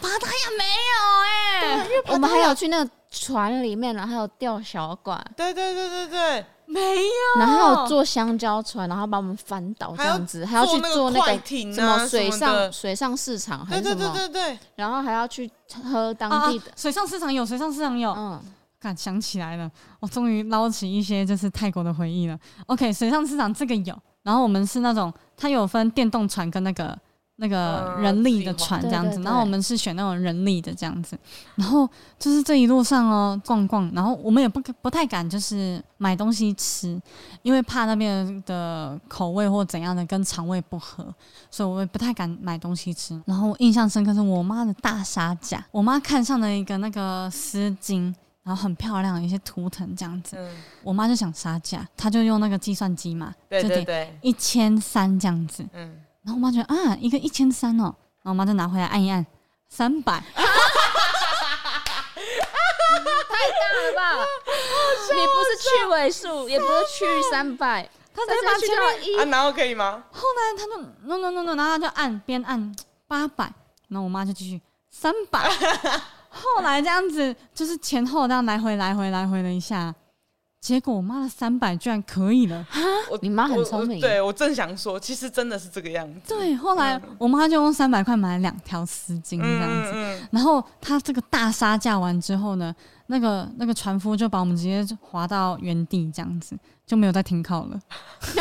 Speaker 1: 帕塔亚没有、哎，
Speaker 2: 我们还有去那个船里面，然后还有钓小管，
Speaker 3: 对对对对对，啊
Speaker 1: 没有，
Speaker 2: 然后还有坐香蕉船，然后把我们翻倒这样子，还要去
Speaker 3: 坐
Speaker 2: 坐
Speaker 3: 那个
Speaker 2: 那
Speaker 3: 快
Speaker 2: 个
Speaker 3: 艇啊
Speaker 2: 什么水
Speaker 3: 什么的
Speaker 2: 上水上市场还
Speaker 3: 对
Speaker 2: 是
Speaker 3: 对
Speaker 2: 什
Speaker 3: 对
Speaker 2: 么，
Speaker 3: 对对，
Speaker 2: 然后还要去喝
Speaker 1: 啊
Speaker 2: 当地的，
Speaker 1: 水上市场有，水上市场
Speaker 3: 啊
Speaker 1: 有，
Speaker 2: 嗯，
Speaker 1: 看、想起来了，我终于捞起一些就是泰国的回忆了。OK，水上市场这个有，然后我们是那种它有分电动船跟那个那个
Speaker 3: 呃
Speaker 1: 人力的
Speaker 3: 自己划
Speaker 1: 船这样子，
Speaker 2: 对对对
Speaker 1: 然后我们是选那种人力的这样子，然后就是这一路上哦逛逛，然后我们也不不太敢就是买东西吃，因为怕那边的口味或怎样的跟肠胃不合，所以我也不太敢买东西吃。然后我印象深刻是我妈的大沙甲，我妈看上了一个那个丝巾，然后很漂亮，有一些图腾这样子。
Speaker 3: 嗯，
Speaker 1: 我妈就想杀价，她就用那个计算机嘛，
Speaker 3: 对对
Speaker 1: 就得
Speaker 3: 对，
Speaker 1: 一千三这样子。
Speaker 3: 嗯，
Speaker 1: 然后我妈觉得啊，一个一千三哦，然后我妈就拿回来按一按，三百。
Speaker 2: 太大了吧？你不是去尾数，也不是去三
Speaker 3: (laughs)
Speaker 2: 百，
Speaker 1: 她
Speaker 2: 但
Speaker 1: 直接
Speaker 2: 是
Speaker 1: 把
Speaker 2: 去
Speaker 1: 前
Speaker 2: 掉
Speaker 1: 面，
Speaker 3: 啊，
Speaker 2: 一，
Speaker 3: 然后可以吗？
Speaker 1: 后来她就 no no no no，然后她就按边按八百，然后我妈就继续三
Speaker 3: (laughs)
Speaker 1: 百。后来这样子就是前后这样来回来回来回了一下，结果我妈的三百居然可以了。
Speaker 3: 我
Speaker 2: 你妈很
Speaker 3: 我
Speaker 2: 聪明
Speaker 3: 对我正想说，其实真的是这个样子。
Speaker 1: 对，后来我妈就用三百块买了两条丝巾这样子。
Speaker 3: 嗯，
Speaker 1: 然后他这个大杀价完之后呢，那个那个船夫就把我们直接划到原地，这样子就没有再停
Speaker 3: (laughs)
Speaker 1: 靠了，就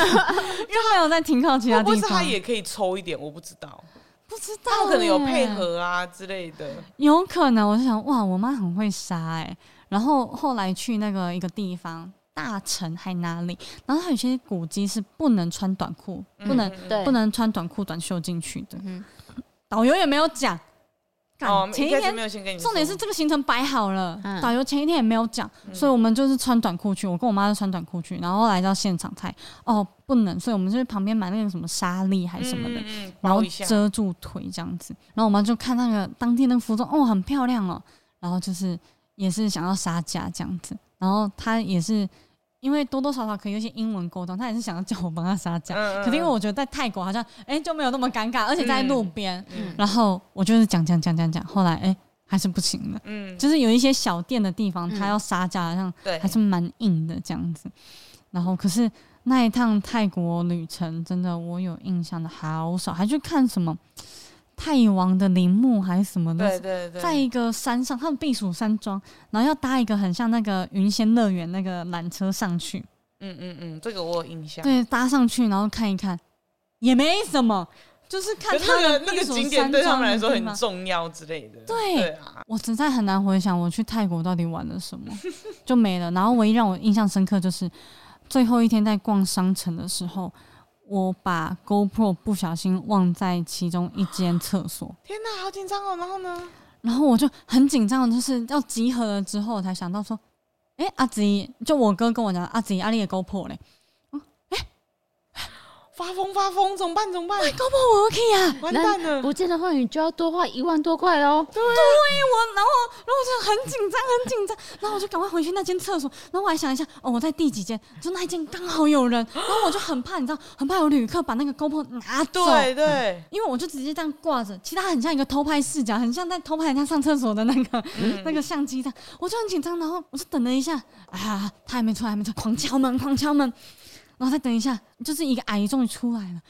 Speaker 1: 没有再停靠其
Speaker 3: 会
Speaker 1: 他
Speaker 3: 不会
Speaker 1: 地
Speaker 3: 是他
Speaker 1: 方。
Speaker 3: 也可以抽一点？我不知道，
Speaker 1: 不知道、
Speaker 3: 他们可能有配，合啊之类的。
Speaker 1: 有可能。我就想，哇，我妈很会杀哎、然后后来去那个一个地方，大城还哪里，然后它有些古迹是不能穿短裤，不能、
Speaker 3: 嗯
Speaker 2: 对
Speaker 1: 不能穿短裤短袖进去的。
Speaker 2: 嗯
Speaker 1: 导游也没有讲，干
Speaker 3: 哦，
Speaker 1: 前一
Speaker 3: 一开始
Speaker 1: 天
Speaker 3: 没有先跟你说，
Speaker 1: 重点是这个行程摆好了，
Speaker 2: 嗯
Speaker 1: 导游前一天也没有讲，
Speaker 3: 嗯
Speaker 1: 所以我们就是穿短裤去。我跟我妈就穿短裤去，然后来到现场才哦不能，所以我们就去旁边买那个什么沙粒还是什么的，
Speaker 3: 嗯嗯嗯
Speaker 1: 然后
Speaker 3: 包一下
Speaker 1: 遮住腿这样子。然后我妈就看那个当天那个服装，哦很漂亮哦，然后就是也是想要杀价这样子。然后她也是因为多多少少可以有一些英文沟通，她也是想要叫我帮她杀价，
Speaker 3: 嗯
Speaker 1: 可是因为我觉得在泰国好像哎、就没有那么尴尬，而且在路边，
Speaker 3: 嗯
Speaker 1: 然后我就是讲讲讲讲讲，后来哎、还是不行了。
Speaker 3: 嗯，
Speaker 1: 就是有一些小店的地方，
Speaker 2: 嗯
Speaker 1: 它要杀价，好像
Speaker 3: 对，
Speaker 1: 还是蛮硬的这样子。然后，可是那一趟泰国旅程，真的我有印象的好少，还去看什么泰王的陵墓还是什么
Speaker 3: 对
Speaker 1: 的，
Speaker 3: 对对，
Speaker 1: 在一个山上，他们避暑山庄，然后要搭一个很像那个云仙乐园那个缆车上去，
Speaker 3: 嗯嗯嗯，这个我有印象。
Speaker 1: 对，搭上去然后看一看，也没什么，就是看
Speaker 3: 可是
Speaker 1: 他
Speaker 3: 那个
Speaker 1: 们
Speaker 3: 那
Speaker 1: 避
Speaker 3: 个
Speaker 1: 暑
Speaker 3: 景点
Speaker 1: 山
Speaker 3: 对他
Speaker 1: 庄
Speaker 3: 们来
Speaker 1: 的
Speaker 3: 说
Speaker 1: 地
Speaker 3: 很
Speaker 1: 方
Speaker 3: 重要之类的。
Speaker 1: 对
Speaker 3: 对啊，
Speaker 1: 我实在很难回想我去泰国到底玩了什么，就没了。然后唯一让我印象深刻就是最后一天在逛商城的时候，我把 GoPro 不小心忘在其中一间厕所，
Speaker 3: 天哪，好紧张哦！然后呢？
Speaker 1: 然后我就很紧张，就是要集合了之后我才想到说，哎、阿吉，就我哥跟我讲，阿吉阿丽的 GoPro 嘞。嗯
Speaker 3: 发疯发疯，怎么办？怎么办？
Speaker 1: 搞不好我 OK 啊。
Speaker 3: 完蛋了！
Speaker 4: 不见的话，你就要多花一万多块哦。
Speaker 1: 对我，然后然后我就很紧张，很紧张，然后我就赶快回去那间厕所，然后我还想一下，哦，我在第几间？就那一间刚好有人，然后我就很怕，你知道，很怕有旅客把那个 GoPro 拿走，
Speaker 3: 对对，
Speaker 1: 因为我就直接这样挂着，其实它很像一个偷拍视角，很像在偷拍人家上厕所的那个、那个相机这样，我就很紧张，然后我就等了一下，啊，他还没出来，还没出来，狂敲门，狂敲门，然后再等一下，就是一个阿姨终于出来了，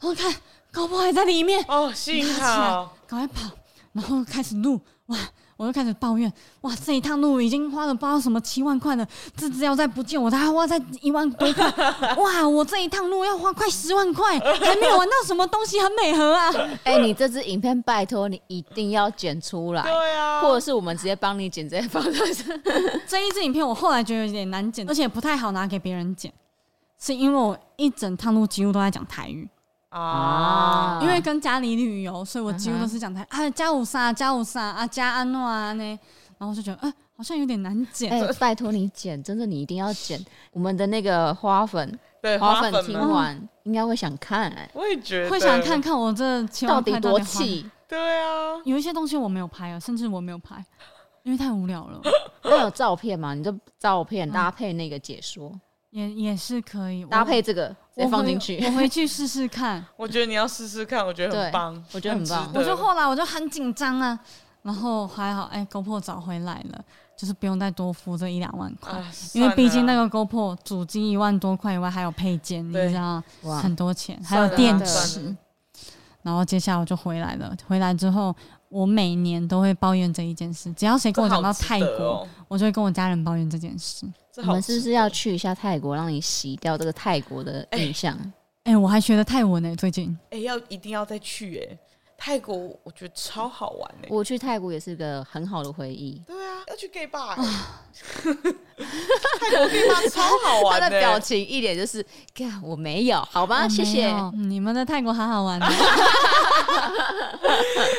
Speaker 1: 然后看 GoPro 还在里面，
Speaker 3: 哦，
Speaker 1: (laughs)
Speaker 3: 幸
Speaker 1: 拿起来
Speaker 3: 好，
Speaker 1: 赶快跑，然后开始录，哇！我又开始抱怨，哇！这一趟路已经花了不知道什么七万块了，这只要再不见我，他花再一万多块，哇！我这一趟路要花快十万块，还没有玩到什么东西很美和啊！
Speaker 2: 哎、你这支影片拜托你一定要剪出来，
Speaker 3: 对啊，
Speaker 2: 或者是我们直接帮你剪，直接放上去。
Speaker 1: 这一支影片我后来觉得有点难剪，而且不太好拿给别人剪，是因为我一整趟路几乎都在讲台语，
Speaker 3: 啊，
Speaker 1: 因为跟家里旅游，所以我几乎都是讲台语啊，加五三加五三啊，加安诺啊呢，然后我就觉得，哎、好像有点难剪。
Speaker 2: 哎、拜托你剪，真的你一定要剪。我们的那个花粉，
Speaker 3: 对
Speaker 2: 花
Speaker 3: 粉
Speaker 2: 粉听
Speaker 3: 们
Speaker 2: 完应该会想看、哎
Speaker 3: 我也觉得
Speaker 1: 会想看，看我这七
Speaker 2: 到
Speaker 1: 万
Speaker 2: 底
Speaker 1: 块
Speaker 2: 多
Speaker 1: 花哪
Speaker 2: 气。
Speaker 3: 对啊，
Speaker 1: 有一些东西我没有拍啊，甚至我没有拍，因为太无聊了，
Speaker 2: 那有照片吗？你就照片搭配那个解说，
Speaker 1: 也也是可以我
Speaker 2: 搭配这个直
Speaker 1: 我
Speaker 2: 接放
Speaker 1: 回
Speaker 2: 进去。
Speaker 1: 我回去试试
Speaker 2: (laughs)
Speaker 1: 看。
Speaker 3: 我觉得你要试试看，我觉得
Speaker 2: 对
Speaker 3: 很棒，
Speaker 2: (laughs) 我觉得很棒
Speaker 3: 值
Speaker 1: 我
Speaker 3: 得
Speaker 1: 就后来我就很紧张啊，然后还好，哎、g o p r o 找回来了，就是不用再多付这一两万块。
Speaker 3: 啊，
Speaker 1: 因为毕竟那
Speaker 3: 个
Speaker 1: 个 GoPro 主机一万多块以外，还有配件，你
Speaker 3: 对
Speaker 1: 知道
Speaker 2: 哇啊
Speaker 1: 很多钱，还
Speaker 3: 算
Speaker 1: 有
Speaker 3: 了
Speaker 1: 电
Speaker 3: 对
Speaker 1: 池。然后接下来我就回来了，回来之后我每年都会抱怨这一件事，只要谁跟我讲到泰国，，
Speaker 3: 哦
Speaker 1: 我就会跟我家人抱怨这件事。
Speaker 3: 这
Speaker 2: 我
Speaker 3: 好
Speaker 2: 们
Speaker 3: 值
Speaker 2: 是
Speaker 3: 得
Speaker 2: 不是要去一下泰国，让你洗掉这个泰国的印象？
Speaker 1: 哎、我还学的泰文呢、最近
Speaker 3: 哎、要一定要再去哎、泰国我觉得超好玩哎、
Speaker 2: 我去泰国也是个很好的回忆。
Speaker 3: 对啊，要去 gay bar，、欸、 (laughs) 泰国 gay bar 超好玩
Speaker 2: (laughs) 他
Speaker 3: 的、
Speaker 2: 的表情一脸就是，干我没有，好吧，
Speaker 1: 我
Speaker 2: 谢
Speaker 1: 没
Speaker 2: 谢。
Speaker 1: 有嗯你们的泰国好好玩、哦。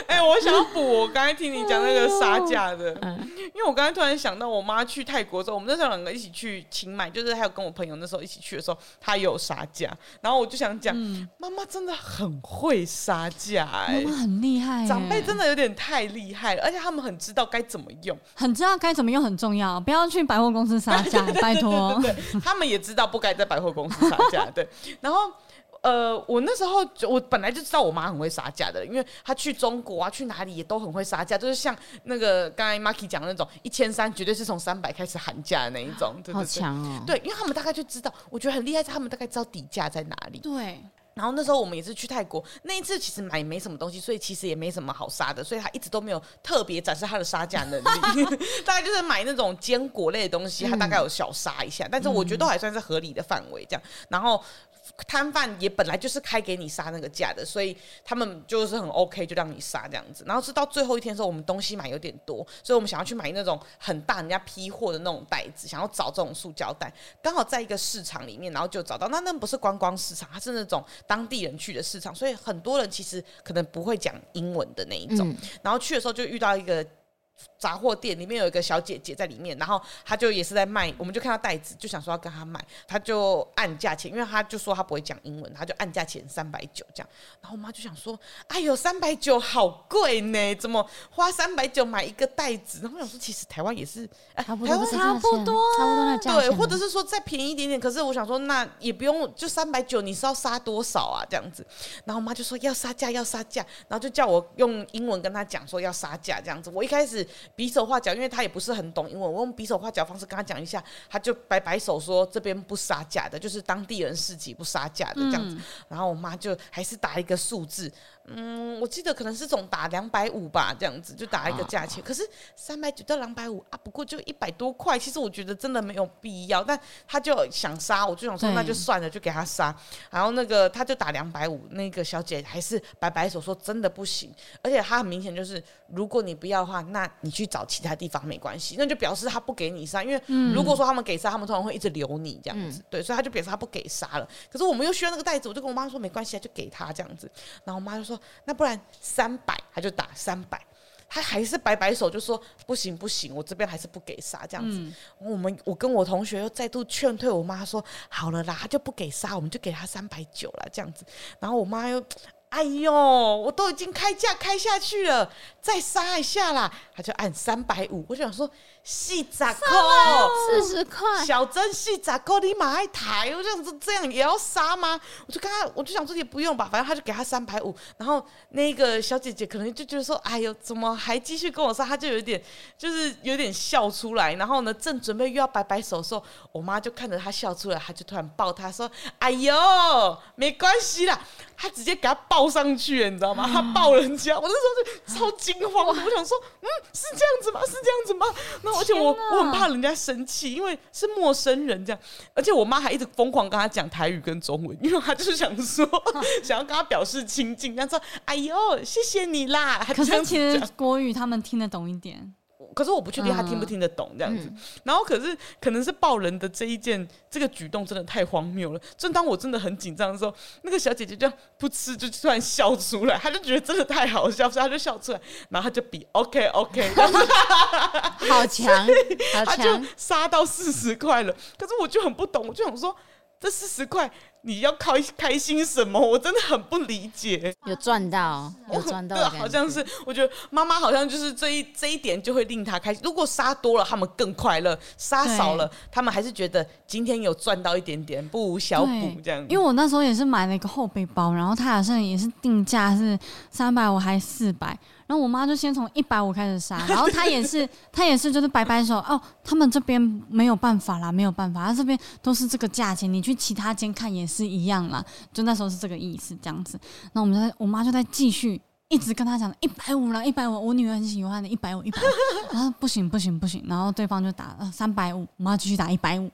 Speaker 3: 哎、我想要补我刚才听你讲那个杀价
Speaker 1: (laughs)
Speaker 3: 的，
Speaker 1: 嗯
Speaker 3: 因为我刚才突然想到，我妈去泰国之后，我们那时候两个一起去清迈，就是还有跟我朋友那时候一起去的时候，她也有杀价，然后我就想讲，妈妈真的很会杀价
Speaker 1: 嗯妈
Speaker 3: 哎
Speaker 1: 妈。很厉害、欸，
Speaker 3: 长辈真的有点太厉害了，而且他们很知道该怎么用，
Speaker 1: 很知道该怎么用，很重要，不要去百货公司杀价，拜托。
Speaker 3: 对，
Speaker 2: (laughs)
Speaker 3: 他们也知道不该在百货公司杀价，对。然后，呃，我那时候就我本来就知道我妈很会杀价的，因为她去中国啊，去哪里也都很会杀价，就是像那个刚才 Maki 讲的那种一千三，绝对是从三百开始喊价的那一种，对
Speaker 2: 好
Speaker 3: 对对。
Speaker 2: 强哦！
Speaker 3: 对，因为他们大概就知道，我觉得很厉害，是他们大概知道底价在哪里。
Speaker 1: 对，
Speaker 3: 然后那时候我们也是去泰国，那一次其实买没什么东西，所以其实也没什么好杀的，所以他一直都没有特别展示他的杀价能力。大概就是买那种坚果类的东西，他大概有小杀一下，但是我觉得都还算是合理的范围这样。然后摊贩也本来就是开给你杀那个价的，所以他们就是很 OK，就让你杀这样子。然后是到最后一天的时候，我们东西买有点多，所以我们想要去买那种很大人家批货的那种袋子，想要找这种塑胶袋，刚好在一个市场里面，然后就找到。那那不是观光市场，它是那种当地人去的市场，所以很多人其实可能不会讲英文的那一种。
Speaker 2: 嗯
Speaker 3: 然后去的时候就遇到一个杂货店，里面有一个小姐姐在里面，然后她就也是在卖，我们就看到袋子，就想说要跟她买，她就按价钱，因为她就说她不会讲英文，她就按价钱三百九这样。然后我妈就想说，哎呦，三百九好贵呢，怎么花三百九买一个袋子？然后我想说，其实台湾也是，哎、
Speaker 4: 差不
Speaker 3: 台
Speaker 4: 多
Speaker 3: 湾
Speaker 4: 这个
Speaker 1: 差
Speaker 4: 价
Speaker 1: 不
Speaker 4: 钱
Speaker 1: 多啊
Speaker 4: 差不多那个价钱
Speaker 3: 对，
Speaker 4: 了，
Speaker 3: 或者是说再便宜一点点。可是我想说，那也不用就三百九，你是要杀多少啊？这样子，然后我妈就说要杀价，要杀价，然后就叫我用英文跟她讲说要杀价这样子。我一开始比手画脚，因为她也不是很懂英文，我用比手画脚方式跟她讲一下，她就摆摆手说这边不杀价的，就是当地人市集不杀价
Speaker 4: 嗯
Speaker 3: 的这样子。然后我妈就还是打一个数字，嗯，我记得可能是总打两百五吧，这样子就打一个价钱。
Speaker 4: 啊
Speaker 3: 可是三百九到两百五啊，不过就一百多块，其实我觉得真的没有必要。但他就想杀，我就想说
Speaker 1: 对
Speaker 3: 那就算了，就给他杀。然后那个他就打两百五，那个小姐还是摆摆手说真的不行，而且她很明显就是，如果你不要的话，那你去找其他地方没关系，那就表示他不给你杀，因为如果说他们给杀，他们通常会一直留你这样子，对，所以他就表示他不给杀了。可是我们又需要那个袋子，我就跟我妈说没关系啊，就给他这样子。然后我妈就说那不然三百，她就打三百。他还是摆摆手就说不行不行，我这边还是不给杀这样子。我们我跟我同学又再度劝退我妈说，好了啦，他就不给杀，我们就给他三百九了这样子。然后我妈又。哎呦，我都已经开价开下去了，再杀一下啦！他就按三百五，我就想说，细咋扣？哦
Speaker 4: 四十块，
Speaker 3: 小珍细咋够你马爱抬，我就想说这样也要杀吗？我就跟他，我就想说也不用吧，反正他就给他三百五。然后那个小姐姐可能就觉得说，哎呦，怎么还继续跟我杀？她就有点就是有点笑出来。然后呢，正准备又要摆摆手的时候，我妈就看着她笑出来，她就突然抱她说：“哎呦，没关系啦。”她直接给她抱上去，你知道吗？她抱人家，我那时候就超惊慌的，我想说，嗯，是这样子吗？是这样子吗？那而且我我很怕人家生气，因为是陌生人这样，而且我妈还一直疯狂跟她讲台语跟中文，因为她就是想
Speaker 1: (laughs)
Speaker 3: 说想要跟她表示亲近，她说：“哎呦，谢谢你啦。”她
Speaker 1: 可
Speaker 3: 这样
Speaker 1: 是
Speaker 3: 子
Speaker 1: 其实
Speaker 3: 讲
Speaker 1: 国语他们听得懂一点，
Speaker 3: 可是我不确定他听不听得懂这样子。
Speaker 1: 嗯
Speaker 3: 然后可是可能是抱人的这一件这个举动真的太荒谬了。正当我真的很紧张的时候，那个小姐姐就噗嗤就突然笑出来，她就觉得真的太好笑，所以她就笑出来，然后她就比 OK OK，
Speaker 2: 好 (laughs) 强，好
Speaker 3: 她啊就
Speaker 2: 强，
Speaker 3: 杀到四十块了。可是我就很不懂，我就想说这四十块你要开开心什么？我真的很不理解。
Speaker 2: 有赚到，有赚到
Speaker 3: 对
Speaker 2: 的
Speaker 3: 啊，
Speaker 2: 感觉，
Speaker 3: 好像是，我觉得妈妈好像就是这一这一点就会令她开心。如果杀多了，他们更快乐；杀少了，他们还是觉得今天有赚到一点点，不无小补
Speaker 1: 对
Speaker 3: 这样。
Speaker 1: 因为我那时候也是买了一个后背包，然后它好像也是定价是三百五还是四百，然后我妈就先从一百五开始杀，然后她也
Speaker 3: (laughs)
Speaker 1: 是她也是就是摆摆手哦，他们这边没有办法啦，没有办法，她这边都是这个价钱，你去其他间看也是一样啦，就那时候是这个意思这样子。那我们在我妈就在继续。一直跟她讲一百五啦，一百五，我女儿很喜欢的，一百五，一百五。然后不行不行不行，然后对方就打三百五，我妈继续打一百五，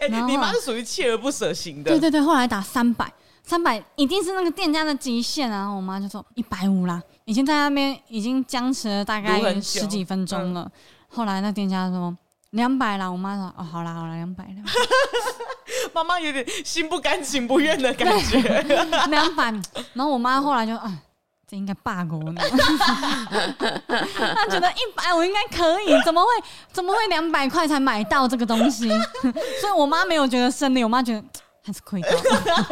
Speaker 3: 哎、
Speaker 1: 然后
Speaker 3: 你妈是属于锲而不舍型的，
Speaker 1: 对对对，后来打三百，三百一定是那个店家的极限啊！然后我妈就说一百五啦，已经在那边已经僵持了大
Speaker 3: 撸很
Speaker 1: 概
Speaker 3: 久嗯
Speaker 1: 十几分钟了。后来那店家说两百啦，我妈说哦好啦好啦两百
Speaker 3: 妈妈有点心不甘情不愿的感觉。
Speaker 1: 两百，然后我妈后来就哎。这应该 bug 我呢， (laughs) 她觉得一百我应该可以，怎么会怎么会两百块才买到这个东西？ (laughs) 所以我妈没有觉得胜利，我妈觉得还是亏到 (laughs) 了。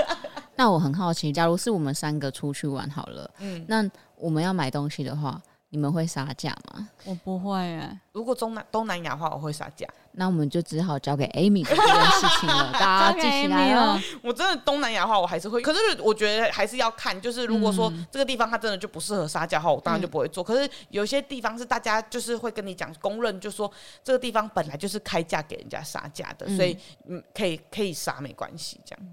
Speaker 2: 那我很好奇，假如是我们三个出去玩好了，
Speaker 3: 嗯
Speaker 2: 那我们要买东西的话，你们会杀价吗？
Speaker 1: 我不会哎、
Speaker 3: 如果中南东南亚的话，我会撒价。
Speaker 2: 那我们就只好交给 Amy 的这件事情了，大家记起来哦。
Speaker 3: 我真的东南亚的话，我还是会，可是我觉得还是要看，就是如果
Speaker 1: 嗯
Speaker 3: 说这个地方它真的就不适合杀价的话，我当然就不会做。可是有些地方是大家就是会跟你讲公认，就说这个地方本来就是开价给人家杀价的，
Speaker 2: 嗯
Speaker 3: 所以嗯，可以可以杀没关系这样。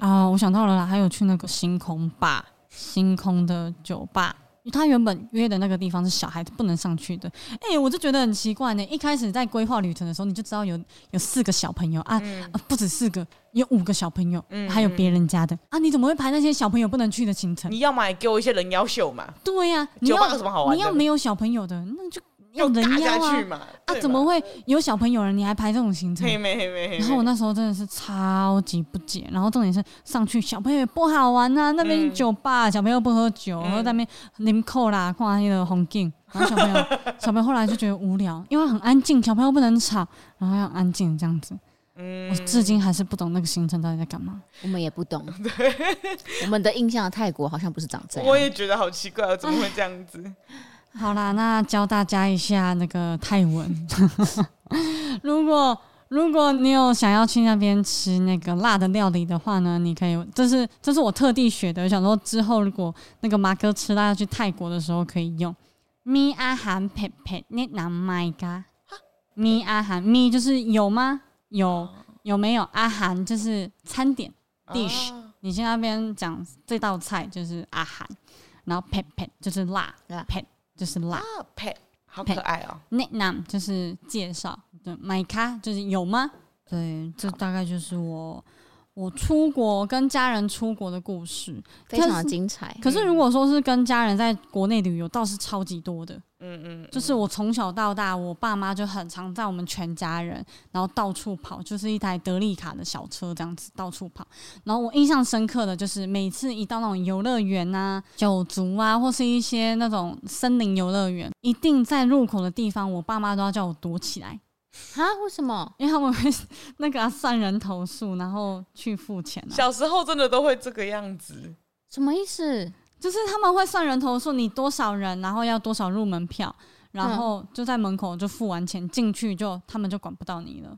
Speaker 1: 啊、我想到了啦，还有去那个星空吧，星空的酒吧。他原本约的那个地方是小孩子不能上去的，哎、我就觉得很奇怪呢。一开始在规划旅程的时候，你就知道有有四个小朋友啊、
Speaker 3: 嗯
Speaker 1: 啊不止四个，有五个小朋友，还有别人家的啊，你怎么会排那些小朋友不能去的行程？
Speaker 3: 嗯你要嘛也给我一些人妖秀嘛，
Speaker 1: 对呀、嗯你
Speaker 3: 酒吧
Speaker 1: 要
Speaker 3: 有什么好玩的
Speaker 1: 你要没有小朋友的，那就要
Speaker 3: 要打
Speaker 1: 人
Speaker 3: 下
Speaker 1: 妖啊
Speaker 3: 去嘛？
Speaker 1: 啊，
Speaker 3: 对
Speaker 1: 怎
Speaker 3: 嘛
Speaker 1: 么？会有小朋友了，你还排这种行程
Speaker 3: 嘿？没嘿没嘿没。
Speaker 1: 然后我那时候真的是超级不解，然后重点是上去小朋友也不好玩啊，那边
Speaker 3: 嗯
Speaker 1: 酒吧、小朋友不喝酒，
Speaker 3: 嗯
Speaker 1: 然后在那边啉扣啦，看那个风景，然后小朋友小朋友后来就觉得无聊，因为很安静，小朋友不能吵，然后要安静这样子。我至今还是不懂那个行程到底在干嘛。
Speaker 2: 我们也不懂，我们的印象泰国好像不是长这
Speaker 3: 我
Speaker 2: 样。
Speaker 3: 也觉得好奇怪哦，怎么会这样子？
Speaker 1: 好啦，那教大家一下那个泰文。 (laughs) 如果如果你有想要去那边吃那个辣的料理的话呢，你可以，这是这是我特地学的，想说之后如果那个马哥吃辣要去泰国的时候可以用。咪阿含佩佩，你南麦嘎。咪阿含咪就是有吗？有有没有？阿含就是餐点。dish
Speaker 3: 啊
Speaker 1: 你去那边讲这道菜就是阿含，然后 pet pet 就是辣
Speaker 2: 辣
Speaker 1: ，pet 就是辣
Speaker 3: 啊，pet 好
Speaker 1: 佩
Speaker 3: 可爱哦。
Speaker 1: ，nickname 就是介绍，对，my 卡就是有吗？对，这大概就是我我出国跟家人出国的故事。
Speaker 2: 非常的精彩。
Speaker 1: 可是如果说是跟家人在国内旅游，倒是超级多的。
Speaker 3: 嗯嗯，
Speaker 1: 就是我从小到大，我爸妈就很常在我们全家人，然后到处跑，就是一台德利卡的小车这样子到处跑。然后我印象深刻的就是，每次一到那种游乐园啊、九族啊，或是一些那种森林游乐园，一定在入口的地方，我爸妈都要叫我躲起来，
Speaker 2: 啊？为什么？
Speaker 1: 因为他们会 (laughs) 那个啊、算人头数，然后去付钱、啊。
Speaker 3: 小时候真的都会这个样子。
Speaker 2: 什么意思？
Speaker 1: 就是他们会算人头数，你多少人，然后要多少入门票，然后就在门口就付完钱进去就，他们就管不到你了。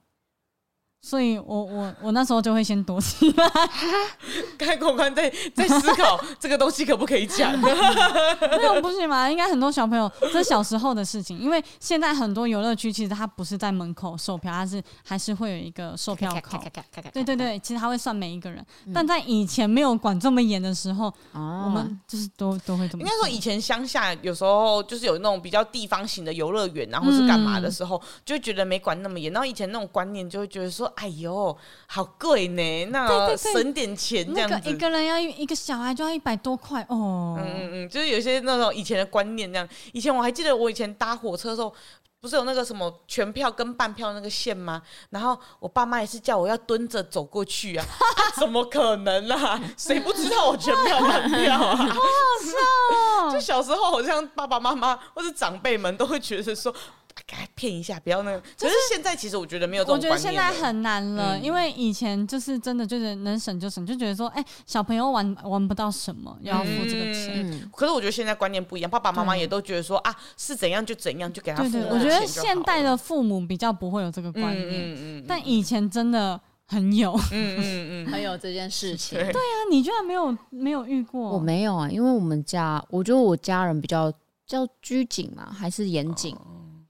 Speaker 1: 所以我我我那时候就会先躲起来，
Speaker 3: 看公关在在思 (laughs) 考这个东西可不可以讲，
Speaker 1: 那种不行吗？应该很多小朋友这是小时候的事情，因为现在很多游乐区其实它不是在门口售票，它是还是会有一个售票口。对对对，其实他会算每一个人，但在以前没有管这么严的时候，
Speaker 2: 哦，
Speaker 1: 我们就是都都会这么做。
Speaker 3: 应该说以前乡下有时候就是有那种比较地方型的游乐园啊，或是干嘛的时候，就会觉得没管那么严。然后以前那种观念就会觉得说，哎呦，好贵呢，那
Speaker 1: 对对
Speaker 3: 省点钱这
Speaker 1: 那
Speaker 3: 样
Speaker 1: 个
Speaker 3: 子。
Speaker 1: 一个人要一一个小孩就要一百多块哦，
Speaker 3: 嗯嗯嗯，就是有一些那种以前的观念这样。以前我还记得我以前搭火车的时候。不是有那个什么全票跟半票那个线吗？然后我爸妈也是叫我要蹲着走过去啊， (laughs) 啊怎么可能啊？谁不知道我全票半票啊？
Speaker 1: 哦
Speaker 3: (laughs) 就小时候好像爸爸妈妈或是长辈们都会觉得说，该骗一下，不要那个。可是现在其实我觉得没有这
Speaker 1: 我
Speaker 3: 种
Speaker 1: 觉得
Speaker 3: 观
Speaker 1: 现
Speaker 3: 念
Speaker 1: 在
Speaker 3: 了。
Speaker 1: 很难了，
Speaker 3: 嗯
Speaker 1: 因为以前就是真的就是能省就省，就觉得说，哎、小朋友玩玩不到什么，要付这个钱。
Speaker 2: 嗯，
Speaker 3: 可是我觉得现在观念不一样，爸爸妈妈
Speaker 1: 对
Speaker 3: 也都觉得说啊，是怎样就怎样，就给他
Speaker 1: 对
Speaker 3: 付
Speaker 1: 对，
Speaker 3: 那
Speaker 1: 我
Speaker 3: 个
Speaker 1: 觉得
Speaker 3: 钱就好
Speaker 1: 现代
Speaker 3: 了
Speaker 1: 的父母比较不会有这个观念，
Speaker 3: 嗯嗯嗯，
Speaker 1: 但以前真的很有。那
Speaker 3: 嗯嗯嗯
Speaker 2: 很有这件事情。
Speaker 3: 对
Speaker 1: 你居然没有没有遇过？
Speaker 2: 我没有啊，因为我们家，我觉得我家人比较叫拘谨嘛，还是严谨，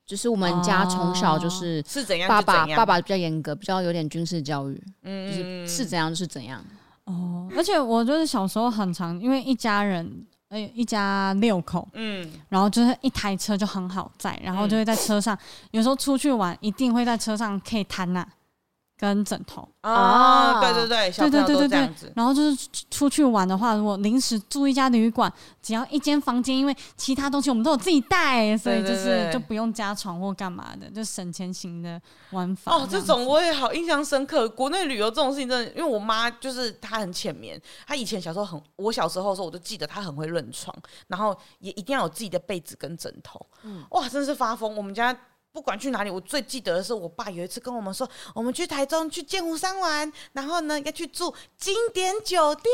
Speaker 2: 就是我们家从小就是。
Speaker 3: 是怎样
Speaker 2: 爸
Speaker 3: 就
Speaker 2: 爸
Speaker 3: 怎样
Speaker 2: 爸爸比较严格，比较有点军事教育，就
Speaker 3: 嗯
Speaker 2: 是是怎样就是怎样。
Speaker 1: 哦，而且我就是小时候很常，因为一家人，哎、一家六口，
Speaker 3: 嗯
Speaker 1: 然后就是一台车就很好载，然后就会在车上，有时候出去玩一定会在车上可以摊呐、跟枕头，
Speaker 3: 啊，
Speaker 2: 啊
Speaker 3: 对对对，小
Speaker 1: 对
Speaker 3: 朋
Speaker 1: 对
Speaker 3: 友
Speaker 1: 对
Speaker 3: 都
Speaker 1: 对
Speaker 3: 这
Speaker 1: 对
Speaker 3: 样子，。
Speaker 1: 然后就是出出去玩的话，如果临时住一家旅馆，只要一间房间，因为其他东西我们都有自己带，所以
Speaker 3: 对
Speaker 1: 就
Speaker 3: 对
Speaker 1: 是
Speaker 3: 对
Speaker 1: 就不用加床或干嘛的，就省钱型的玩法样
Speaker 3: 哦，
Speaker 1: 子。
Speaker 3: 这种我也好印象深刻。国内旅游这种事情真的，因为我妈就是她很浅眠，她以前小时候很，我小时候的时候我就记得她很会认床，然后也一定要有自己的被子跟枕头。哇，真是发疯！我们家。不管去哪里，我最记得的是我爸有一次跟我们说，我们去台中去剑湖山玩，然后呢要去住经典酒店，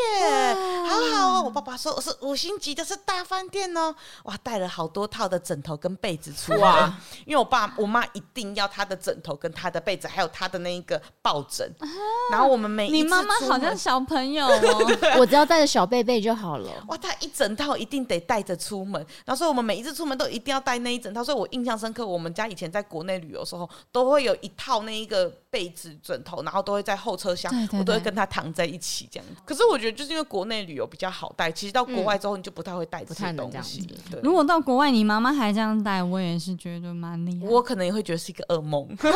Speaker 3: 好好哦。我爸爸说我是五星级的，是大饭店哦。哇，带了好多套的枕头跟被子出来，
Speaker 1: (laughs)
Speaker 3: 因为我爸我妈一定要她的枕头跟她的被子，还有她的那一个抱枕。然后我们每一次
Speaker 1: 啊你妈妈
Speaker 3: 出
Speaker 1: 好
Speaker 3: 门
Speaker 1: 像小朋友哦，
Speaker 2: 我只要带着小贝贝就好
Speaker 3: (laughs)
Speaker 2: 了。
Speaker 3: 哇，他一整套一定得带着出门，然后所以我们每一次出门都一定要带那一整套。所以我印象深刻，我们家以前在国内旅游的时候，都会有一套那一个被子枕头，然后都会在后车厢，
Speaker 1: 对对
Speaker 3: 我都会
Speaker 1: 对
Speaker 3: 跟他躺在一起这样。可是我觉得就是因为国内旅游比较好带，其实到国外之后你就不太会带这
Speaker 2: 不太
Speaker 3: 些
Speaker 2: 能
Speaker 3: 东
Speaker 2: 这样
Speaker 3: 西
Speaker 2: 子。
Speaker 3: 对
Speaker 1: 如果到国外你妈妈还这样带，我也是觉得蛮厉害。
Speaker 3: 我可能也会觉得是一个噩梦。对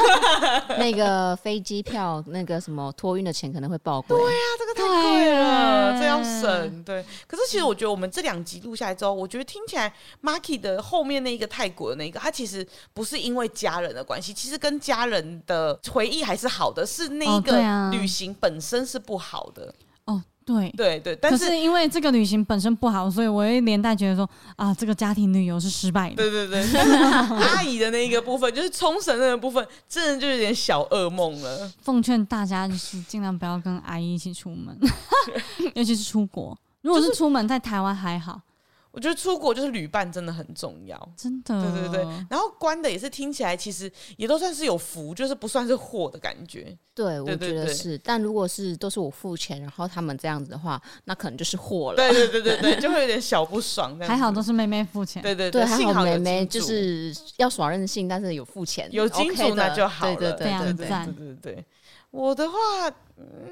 Speaker 2: 那个飞机票、那个什么托运的钱可能会爆贵。
Speaker 3: 啊，这 (laughs) 个
Speaker 1: 对
Speaker 3: 太贵了，
Speaker 1: 耶
Speaker 3: 这要省。对，可是其实我觉得我们这两集录下来之后，我觉得听起来 Marky 的后面那一个泰国的那一个，他其实不是因为家人的关系，其实跟家人的回忆还是好的，是那一
Speaker 1: 哦对啊
Speaker 3: 个旅行本身是不好的。
Speaker 1: 哦，对。
Speaker 3: 对对，但
Speaker 1: 可
Speaker 3: 是
Speaker 1: 是因为这个旅行本身不好，所以我会连带觉得说啊，这个家庭旅游是失败的。
Speaker 3: 对对对，但是阿姨的那一个部分，就是冲绳那个部分，真的就有点小噩梦了。
Speaker 1: 奉劝大家就是尽量不要跟阿姨一起出
Speaker 3: (laughs)
Speaker 1: 门，尤其是出国。如果是出门在台湾还好，
Speaker 3: 我觉得出国就是旅伴真的很重要。
Speaker 1: 真的。
Speaker 3: 对对对，然后关的也是听起来其实也都算是有福，就是不算是祸的感觉。
Speaker 2: 对，我
Speaker 3: 对对
Speaker 2: 觉得
Speaker 3: 对
Speaker 2: 是。但如果是都是我付钱，然后他们这样子的话，那可能就是祸了。
Speaker 3: 对对对对对，就会有点小不爽这样子。
Speaker 1: 还好都是妹妹付钱。
Speaker 3: 对对
Speaker 2: 对，还
Speaker 3: 幸
Speaker 2: 好
Speaker 3: 有
Speaker 2: 妹妹就
Speaker 3: 金主
Speaker 2: 是要耍任性，但是有付钱，
Speaker 3: 有金
Speaker 2: OK
Speaker 3: 主那
Speaker 2: 的
Speaker 3: 就好了。
Speaker 2: 对对
Speaker 1: 非
Speaker 2: 对
Speaker 1: 常
Speaker 2: 对
Speaker 3: 对
Speaker 2: 对，
Speaker 1: 赞
Speaker 3: 对对对对我的话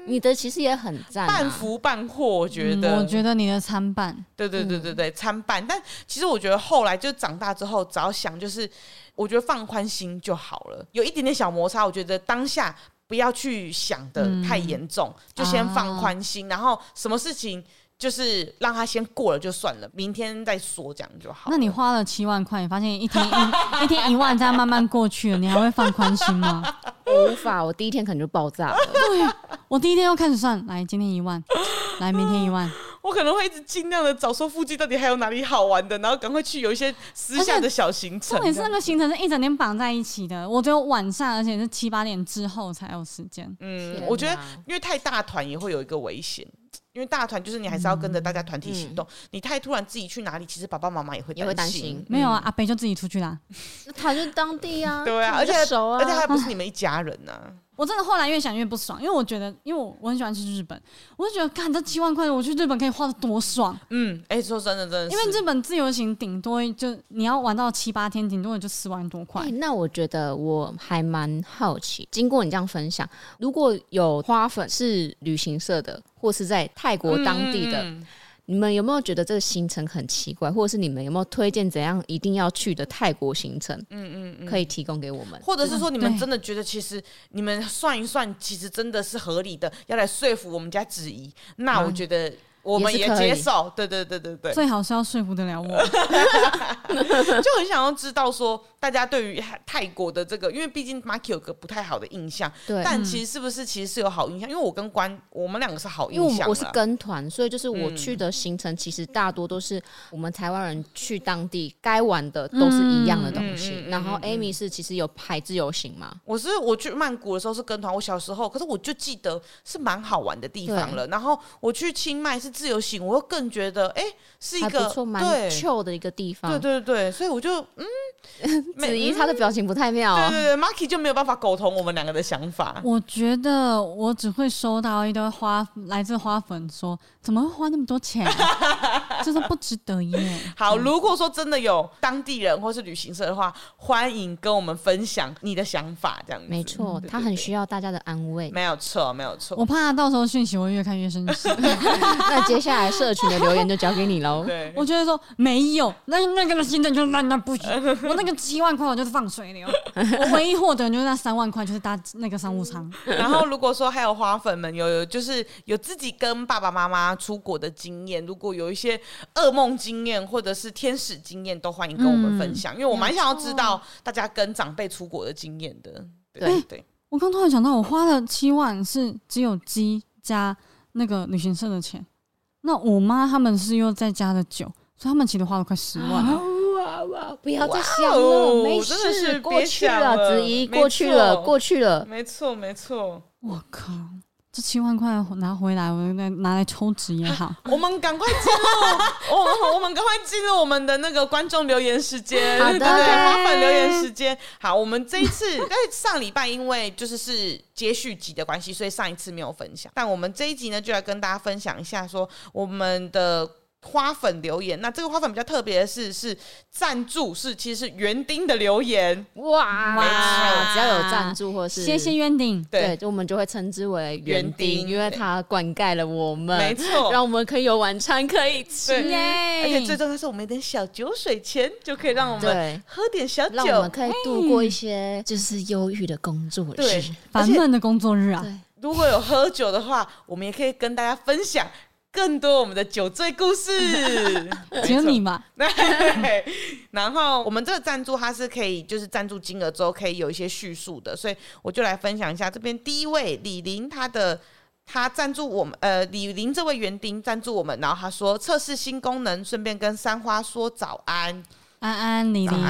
Speaker 2: 你的其实也很赞、啊。
Speaker 3: 半福半祸，我觉得，
Speaker 1: 嗯我觉得嗯你的参半，
Speaker 3: 对对对对对，参半。但其实我觉得后来就长大之后，只要想就是，我觉得放宽心就好了。有一点点小摩擦，我觉得当下不要去想的
Speaker 1: 嗯
Speaker 3: 太严重，就先放宽心，
Speaker 1: 啊
Speaker 3: 然后什么事情就是让它先过了就算了，明天再说，这样就好了。
Speaker 1: 那你花了七万块，你发现一天一 (laughs) 一天一万这样慢慢过去了，你还会放宽心
Speaker 3: (laughs)
Speaker 1: 吗？啊
Speaker 2: 我无法，我第一天可能就爆炸了。
Speaker 1: 我第一天又开始算，来今天一万，来明天一
Speaker 3: (laughs)
Speaker 1: 万，
Speaker 3: 我可能会一直尽量的找说附近到底还有哪里好玩的，然后赶快去有一些私下的小行程
Speaker 1: 重。点是那个行程是一整天绑在一起的，我只有晚上，而且是七八点之后才有时间。
Speaker 3: 嗯
Speaker 2: 天，
Speaker 3: 我觉得
Speaker 2: 哪
Speaker 3: 因为太大团也会有一个危险，因为大团就是你还是要跟着大家团体行动，你太突然自己去哪里，其实爸爸妈妈也会
Speaker 2: 嗯也会担
Speaker 3: 心
Speaker 2: 心。
Speaker 1: 没有啊，阿北就自己出去啦。
Speaker 4: 他就是当地啊，
Speaker 3: 对啊，
Speaker 4: 他
Speaker 3: 而
Speaker 4: 就
Speaker 3: 且
Speaker 4: 熟啊，
Speaker 3: 而且还不是你们一家人呐、
Speaker 1: 我真的后来越想越不爽，因为我觉得，因为我我很喜欢去日本，我就觉得，干这七万块，我去日本可以花的多爽。
Speaker 3: 嗯，哎、说真的，真的
Speaker 1: 因
Speaker 3: 是，
Speaker 1: 为日本自由行顶多就你要玩到七八天，顶多也就四万多块。
Speaker 2: 哎那我觉得我还蛮好奇，经过你这样分享，如果有花粉是旅行社的，或是在泰国当地的，
Speaker 3: 嗯
Speaker 2: 你们有没有觉得这个行程很奇怪，或者是你们有没有推荐怎样一定要去的泰国行程？嗯嗯可以提供给我们。
Speaker 3: 或者是说你们
Speaker 1: 对
Speaker 3: 真的觉得其实你们算一算，其实真的是合理的，要来说服我们家子怡，那我觉得我们
Speaker 2: 也
Speaker 3: 也
Speaker 2: 是可以
Speaker 3: 接受。对对对对对，
Speaker 1: 最好是要说服得了我。
Speaker 3: 就很想要知道说大家对于泰国的这个，因为毕竟 Mark 有个不太好的印象，
Speaker 2: 对，
Speaker 3: 但其实是不是其实是有好印象？因为我跟关，我们两个是好印
Speaker 2: 因为我
Speaker 3: 象啦
Speaker 2: 们我是跟团，所以就是我
Speaker 3: 嗯
Speaker 2: 去的行程其实大多都是我们台湾人去当地该玩的都是一样的东西。
Speaker 3: 嗯嗯嗯嗯
Speaker 2: 然后
Speaker 3: 嗯
Speaker 2: Amy 是其实有排自由行嘛，
Speaker 3: 我是我去曼谷的时候是跟团，我小时候，可是我就记得是蛮好玩的地方
Speaker 2: 对
Speaker 3: 了。然后我去清迈是自由行，我又更觉得哎、诶是一
Speaker 2: 还
Speaker 3: 个
Speaker 2: 不错，蛮
Speaker 3: 对
Speaker 2: chill 啊的一个地方。
Speaker 3: 对对对，所以我就嗯，没
Speaker 2: 子怡
Speaker 3: 嗯
Speaker 2: 她的表情不太妙、
Speaker 3: 对啊
Speaker 2: 哦。
Speaker 3: 对对，Marky 就没有办法苟同我们两个的想法。
Speaker 1: 我觉得我只会收到一堆花来自花粉说，怎么会花那么多钱、啊？真的不值得耶。
Speaker 3: (laughs) 好，
Speaker 2: 嗯
Speaker 3: 如果说真的有当地人或是旅行社的话，欢迎跟我们分享你的想法，这样子。
Speaker 2: 没错，她很需要大家的安慰。
Speaker 3: 没有错，没有错
Speaker 1: 我。怕到时候讯息我越看越生气，
Speaker 2: 那接下来社群的留言就交给你喽。
Speaker 3: (laughs) 对，
Speaker 1: 我觉得说没有，那那个行程就那那不行，我那个七万块我就是放水流，我唯一获得就是那三万块，就是搭那个商务舱。
Speaker 3: 然后如果说还有花粉们有有就是有自己跟爸爸妈妈出国的经验，如果有一些噩梦经验或者是天使经验，都欢迎跟我们分
Speaker 2: 嗯
Speaker 3: 享，因为我蛮想要知道大家跟长辈出国的经验的。对
Speaker 2: 对
Speaker 3: 对，
Speaker 1: 我刚突然想到，我花了七万是只有鸡加那个旅行社的钱，那我妈他们是又再加了酒，所以他们其实花了快十万。
Speaker 3: 啊
Speaker 2: 哇哇！哦不要再想
Speaker 3: 哇哦
Speaker 2: 了，没
Speaker 3: 真的是
Speaker 2: 事，过
Speaker 3: 别
Speaker 2: 去
Speaker 3: 想了
Speaker 2: 子怡
Speaker 3: 没
Speaker 2: 过去了，
Speaker 3: 错
Speaker 2: 过去了。
Speaker 3: 没错没错。
Speaker 1: 我靠，这七万块拿回来，我拿拿来抽纸也
Speaker 3: (laughs)
Speaker 1: 好。
Speaker 3: 我们赶快进
Speaker 2: (laughs)
Speaker 3: 入，我们我们赶快进入我们的那个观众留言时间，
Speaker 2: 好的
Speaker 3: 对对对，花粉留言时间。好，我们这一次在上礼拜因为就是是接续集的关系，所以上一次没有分享，但我们这一集呢就来跟大家分享一下，说我们的。花粉留言，那这个花粉比较特别的是，是赞助是其实是园丁的留言，
Speaker 2: 哇
Speaker 3: 哇
Speaker 2: 只要有赞助或是
Speaker 1: 谢谢渊鼎，
Speaker 2: 对，
Speaker 3: 对，
Speaker 2: 就我们就会称之为园
Speaker 3: 园丁
Speaker 2: 丁，因为它灌溉了我
Speaker 3: 没
Speaker 2: 们，
Speaker 3: 错，
Speaker 2: 嗯让我们可以有晚餐可以吃。
Speaker 3: 对，
Speaker 1: 耶
Speaker 3: 而且最重要是我们有点小酒水钱就可以让我们
Speaker 2: 对，
Speaker 3: 喝点小
Speaker 2: 让我
Speaker 3: 酒
Speaker 2: 们，可以度过一些就是忧郁的工作
Speaker 3: 嗯对
Speaker 2: 日。，
Speaker 3: 而
Speaker 1: 烦
Speaker 3: 且
Speaker 1: 闷的工作日啊！
Speaker 3: 如果有喝酒的话，我们也可以跟大家分享更多我们的酒醉故事。
Speaker 1: 只有你吧，
Speaker 3: (laughs) 对，然后我们这个赞助它是可以，就是赞助金额之后可以有一些叙述的，所以我就来分享一下。这边第一位李玲，她的她赞助我们，呃，李玲这位园丁赞助我们，然后她说测试新功能，顺便跟三花说早安。
Speaker 1: 安安、李
Speaker 3: 早安
Speaker 1: 玲，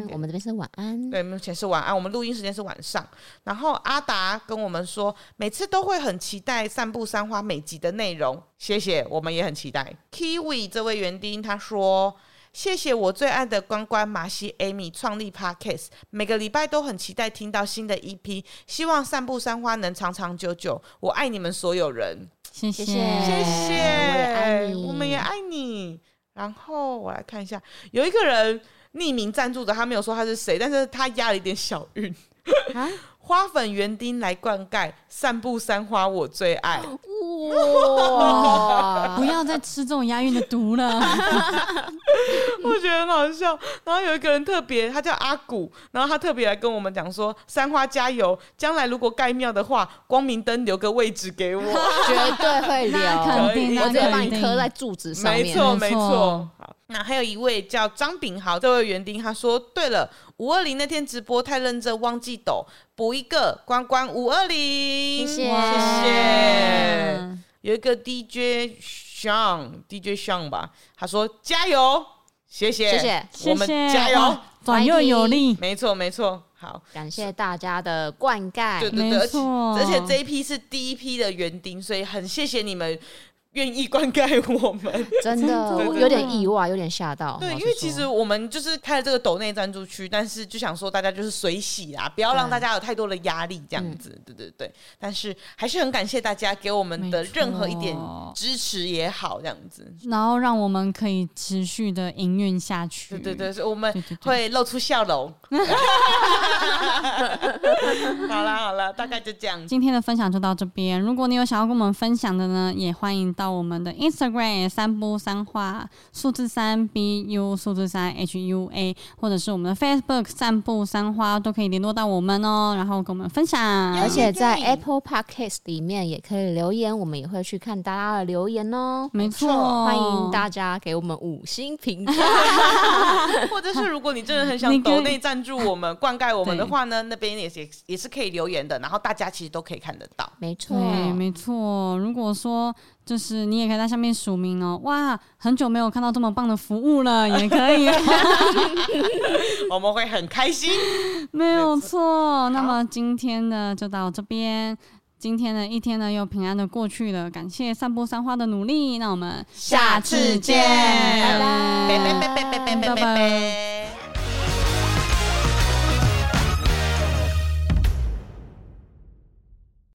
Speaker 2: 安，我们这边是晚安。
Speaker 3: 对，目前是晚安，我们录音时间是晚上。然后阿达跟我们说，每次都会很期待《散步三花》每集的内容，谢谢，我们也很期待。Kiwi 这位园丁他说。谢谢我最爱的关关马西 Amy 创立 Podcast，每个礼拜都很期待听到新的 EP，希望散步三花能长长久久。我爱你们所有人，
Speaker 1: 谢
Speaker 2: 谢
Speaker 1: 谢。
Speaker 3: 谢
Speaker 2: 我
Speaker 3: 谢，
Speaker 2: 也爱你
Speaker 3: 哎我们也爱你。然后我来看一下，有一个人匿名赞助的，他没有说他是谁，但是他押了一点小韵。
Speaker 2: 啊
Speaker 3: 花粉园丁来灌溉，散步山花我最爱。
Speaker 2: 哇， (laughs)
Speaker 1: 不要再吃这种押韵的毒了，
Speaker 3: (laughs) 我觉得很好笑。然后有一个人特别，他叫阿古，然后他特别来跟我们讲说：“三花加油，将来如果盖庙的话，光明灯留个位置给我。
Speaker 2: 绝 (laughs) 对会留，
Speaker 1: 那肯定，
Speaker 2: 我
Speaker 1: 那
Speaker 2: 直接把你
Speaker 1: 肯定
Speaker 2: 刻在柱子”上
Speaker 3: 没
Speaker 2: 面。
Speaker 3: 错，没
Speaker 1: 没错
Speaker 3: 错。好，那还有一位叫张炳豪这位园丁，他说：“对了，五二零那天直播太认真，忘记抖，补一个关关五二零，
Speaker 2: 谢谢
Speaker 3: 谢谢。”有一个 DJ Sean DJ Sean 吧，他说加油，谢谢，
Speaker 2: 谢谢
Speaker 3: 我
Speaker 1: 谢
Speaker 3: 们
Speaker 1: 谢，
Speaker 3: 加油，
Speaker 1: 哇转右有力，
Speaker 3: 没错没错，好，
Speaker 2: 感谢大家的灌
Speaker 3: 对
Speaker 2: 溉，
Speaker 3: 对对，
Speaker 1: 没
Speaker 3: 而且
Speaker 1: 错
Speaker 3: 而且这一批是第一批的园丁，所以很谢谢你们愿意灌溉我们。
Speaker 2: 真
Speaker 1: 真
Speaker 2: 的
Speaker 1: 的
Speaker 2: 我有点意外，有点吓
Speaker 1: 哦
Speaker 2: 到。
Speaker 3: 对，
Speaker 2: 老实
Speaker 3: 因为其
Speaker 2: 说
Speaker 3: 实我们就是开了这个抖内赞助区，但是就想说大家就是随喜啦，不要让
Speaker 2: 对
Speaker 3: 大家有太多的压力，这
Speaker 1: 嗯
Speaker 3: 样子，对对对。但是还是很感谢大家给我们的
Speaker 1: 没错
Speaker 3: 任何一点支持也好，这样子。
Speaker 1: 然后让我们可以持续的营运下去。
Speaker 3: 对对对，所以我们
Speaker 1: 对对对
Speaker 3: 会露出笑容。 (laughs) 好啦好啦，大概就
Speaker 1: (laughs)
Speaker 3: 这样子。
Speaker 1: 今天的分享就到这边。如果你有想要跟我们分享的呢，也欢迎到我们的 Instagram 三不三话数字三 B U 数字三 H U A，或者是我们的 Facebook 散步三花都可以联络到我们哦，然后跟我们分享。
Speaker 2: 而且在
Speaker 3: 对
Speaker 2: Apple Podcast 里面也可以留言，我们也会去看大家的留言哦。
Speaker 1: 没错，
Speaker 2: 欢迎大家给我们五星评价。
Speaker 3: 或者是如果你真
Speaker 1: (laughs)
Speaker 3: 的很想
Speaker 1: 你可以
Speaker 3: 抖内赞助我们、灌溉我们的话呢，那边也是也是可以留言的，然后大家其实都可以看得到。
Speaker 2: 没错，
Speaker 1: 对，没错。如果说就是你也可以在下面署名哦。哇，很久没有看到这么棒的服务了，也可以哦，
Speaker 3: 我们会很开心。
Speaker 1: 没有错。那么今天呢就到这边，今天的一天呢又平安的过去了，感谢散步三花的努力。那我们
Speaker 3: 下次见
Speaker 1: 拜
Speaker 3: 拜拜拜拜拜拜拜拜拜。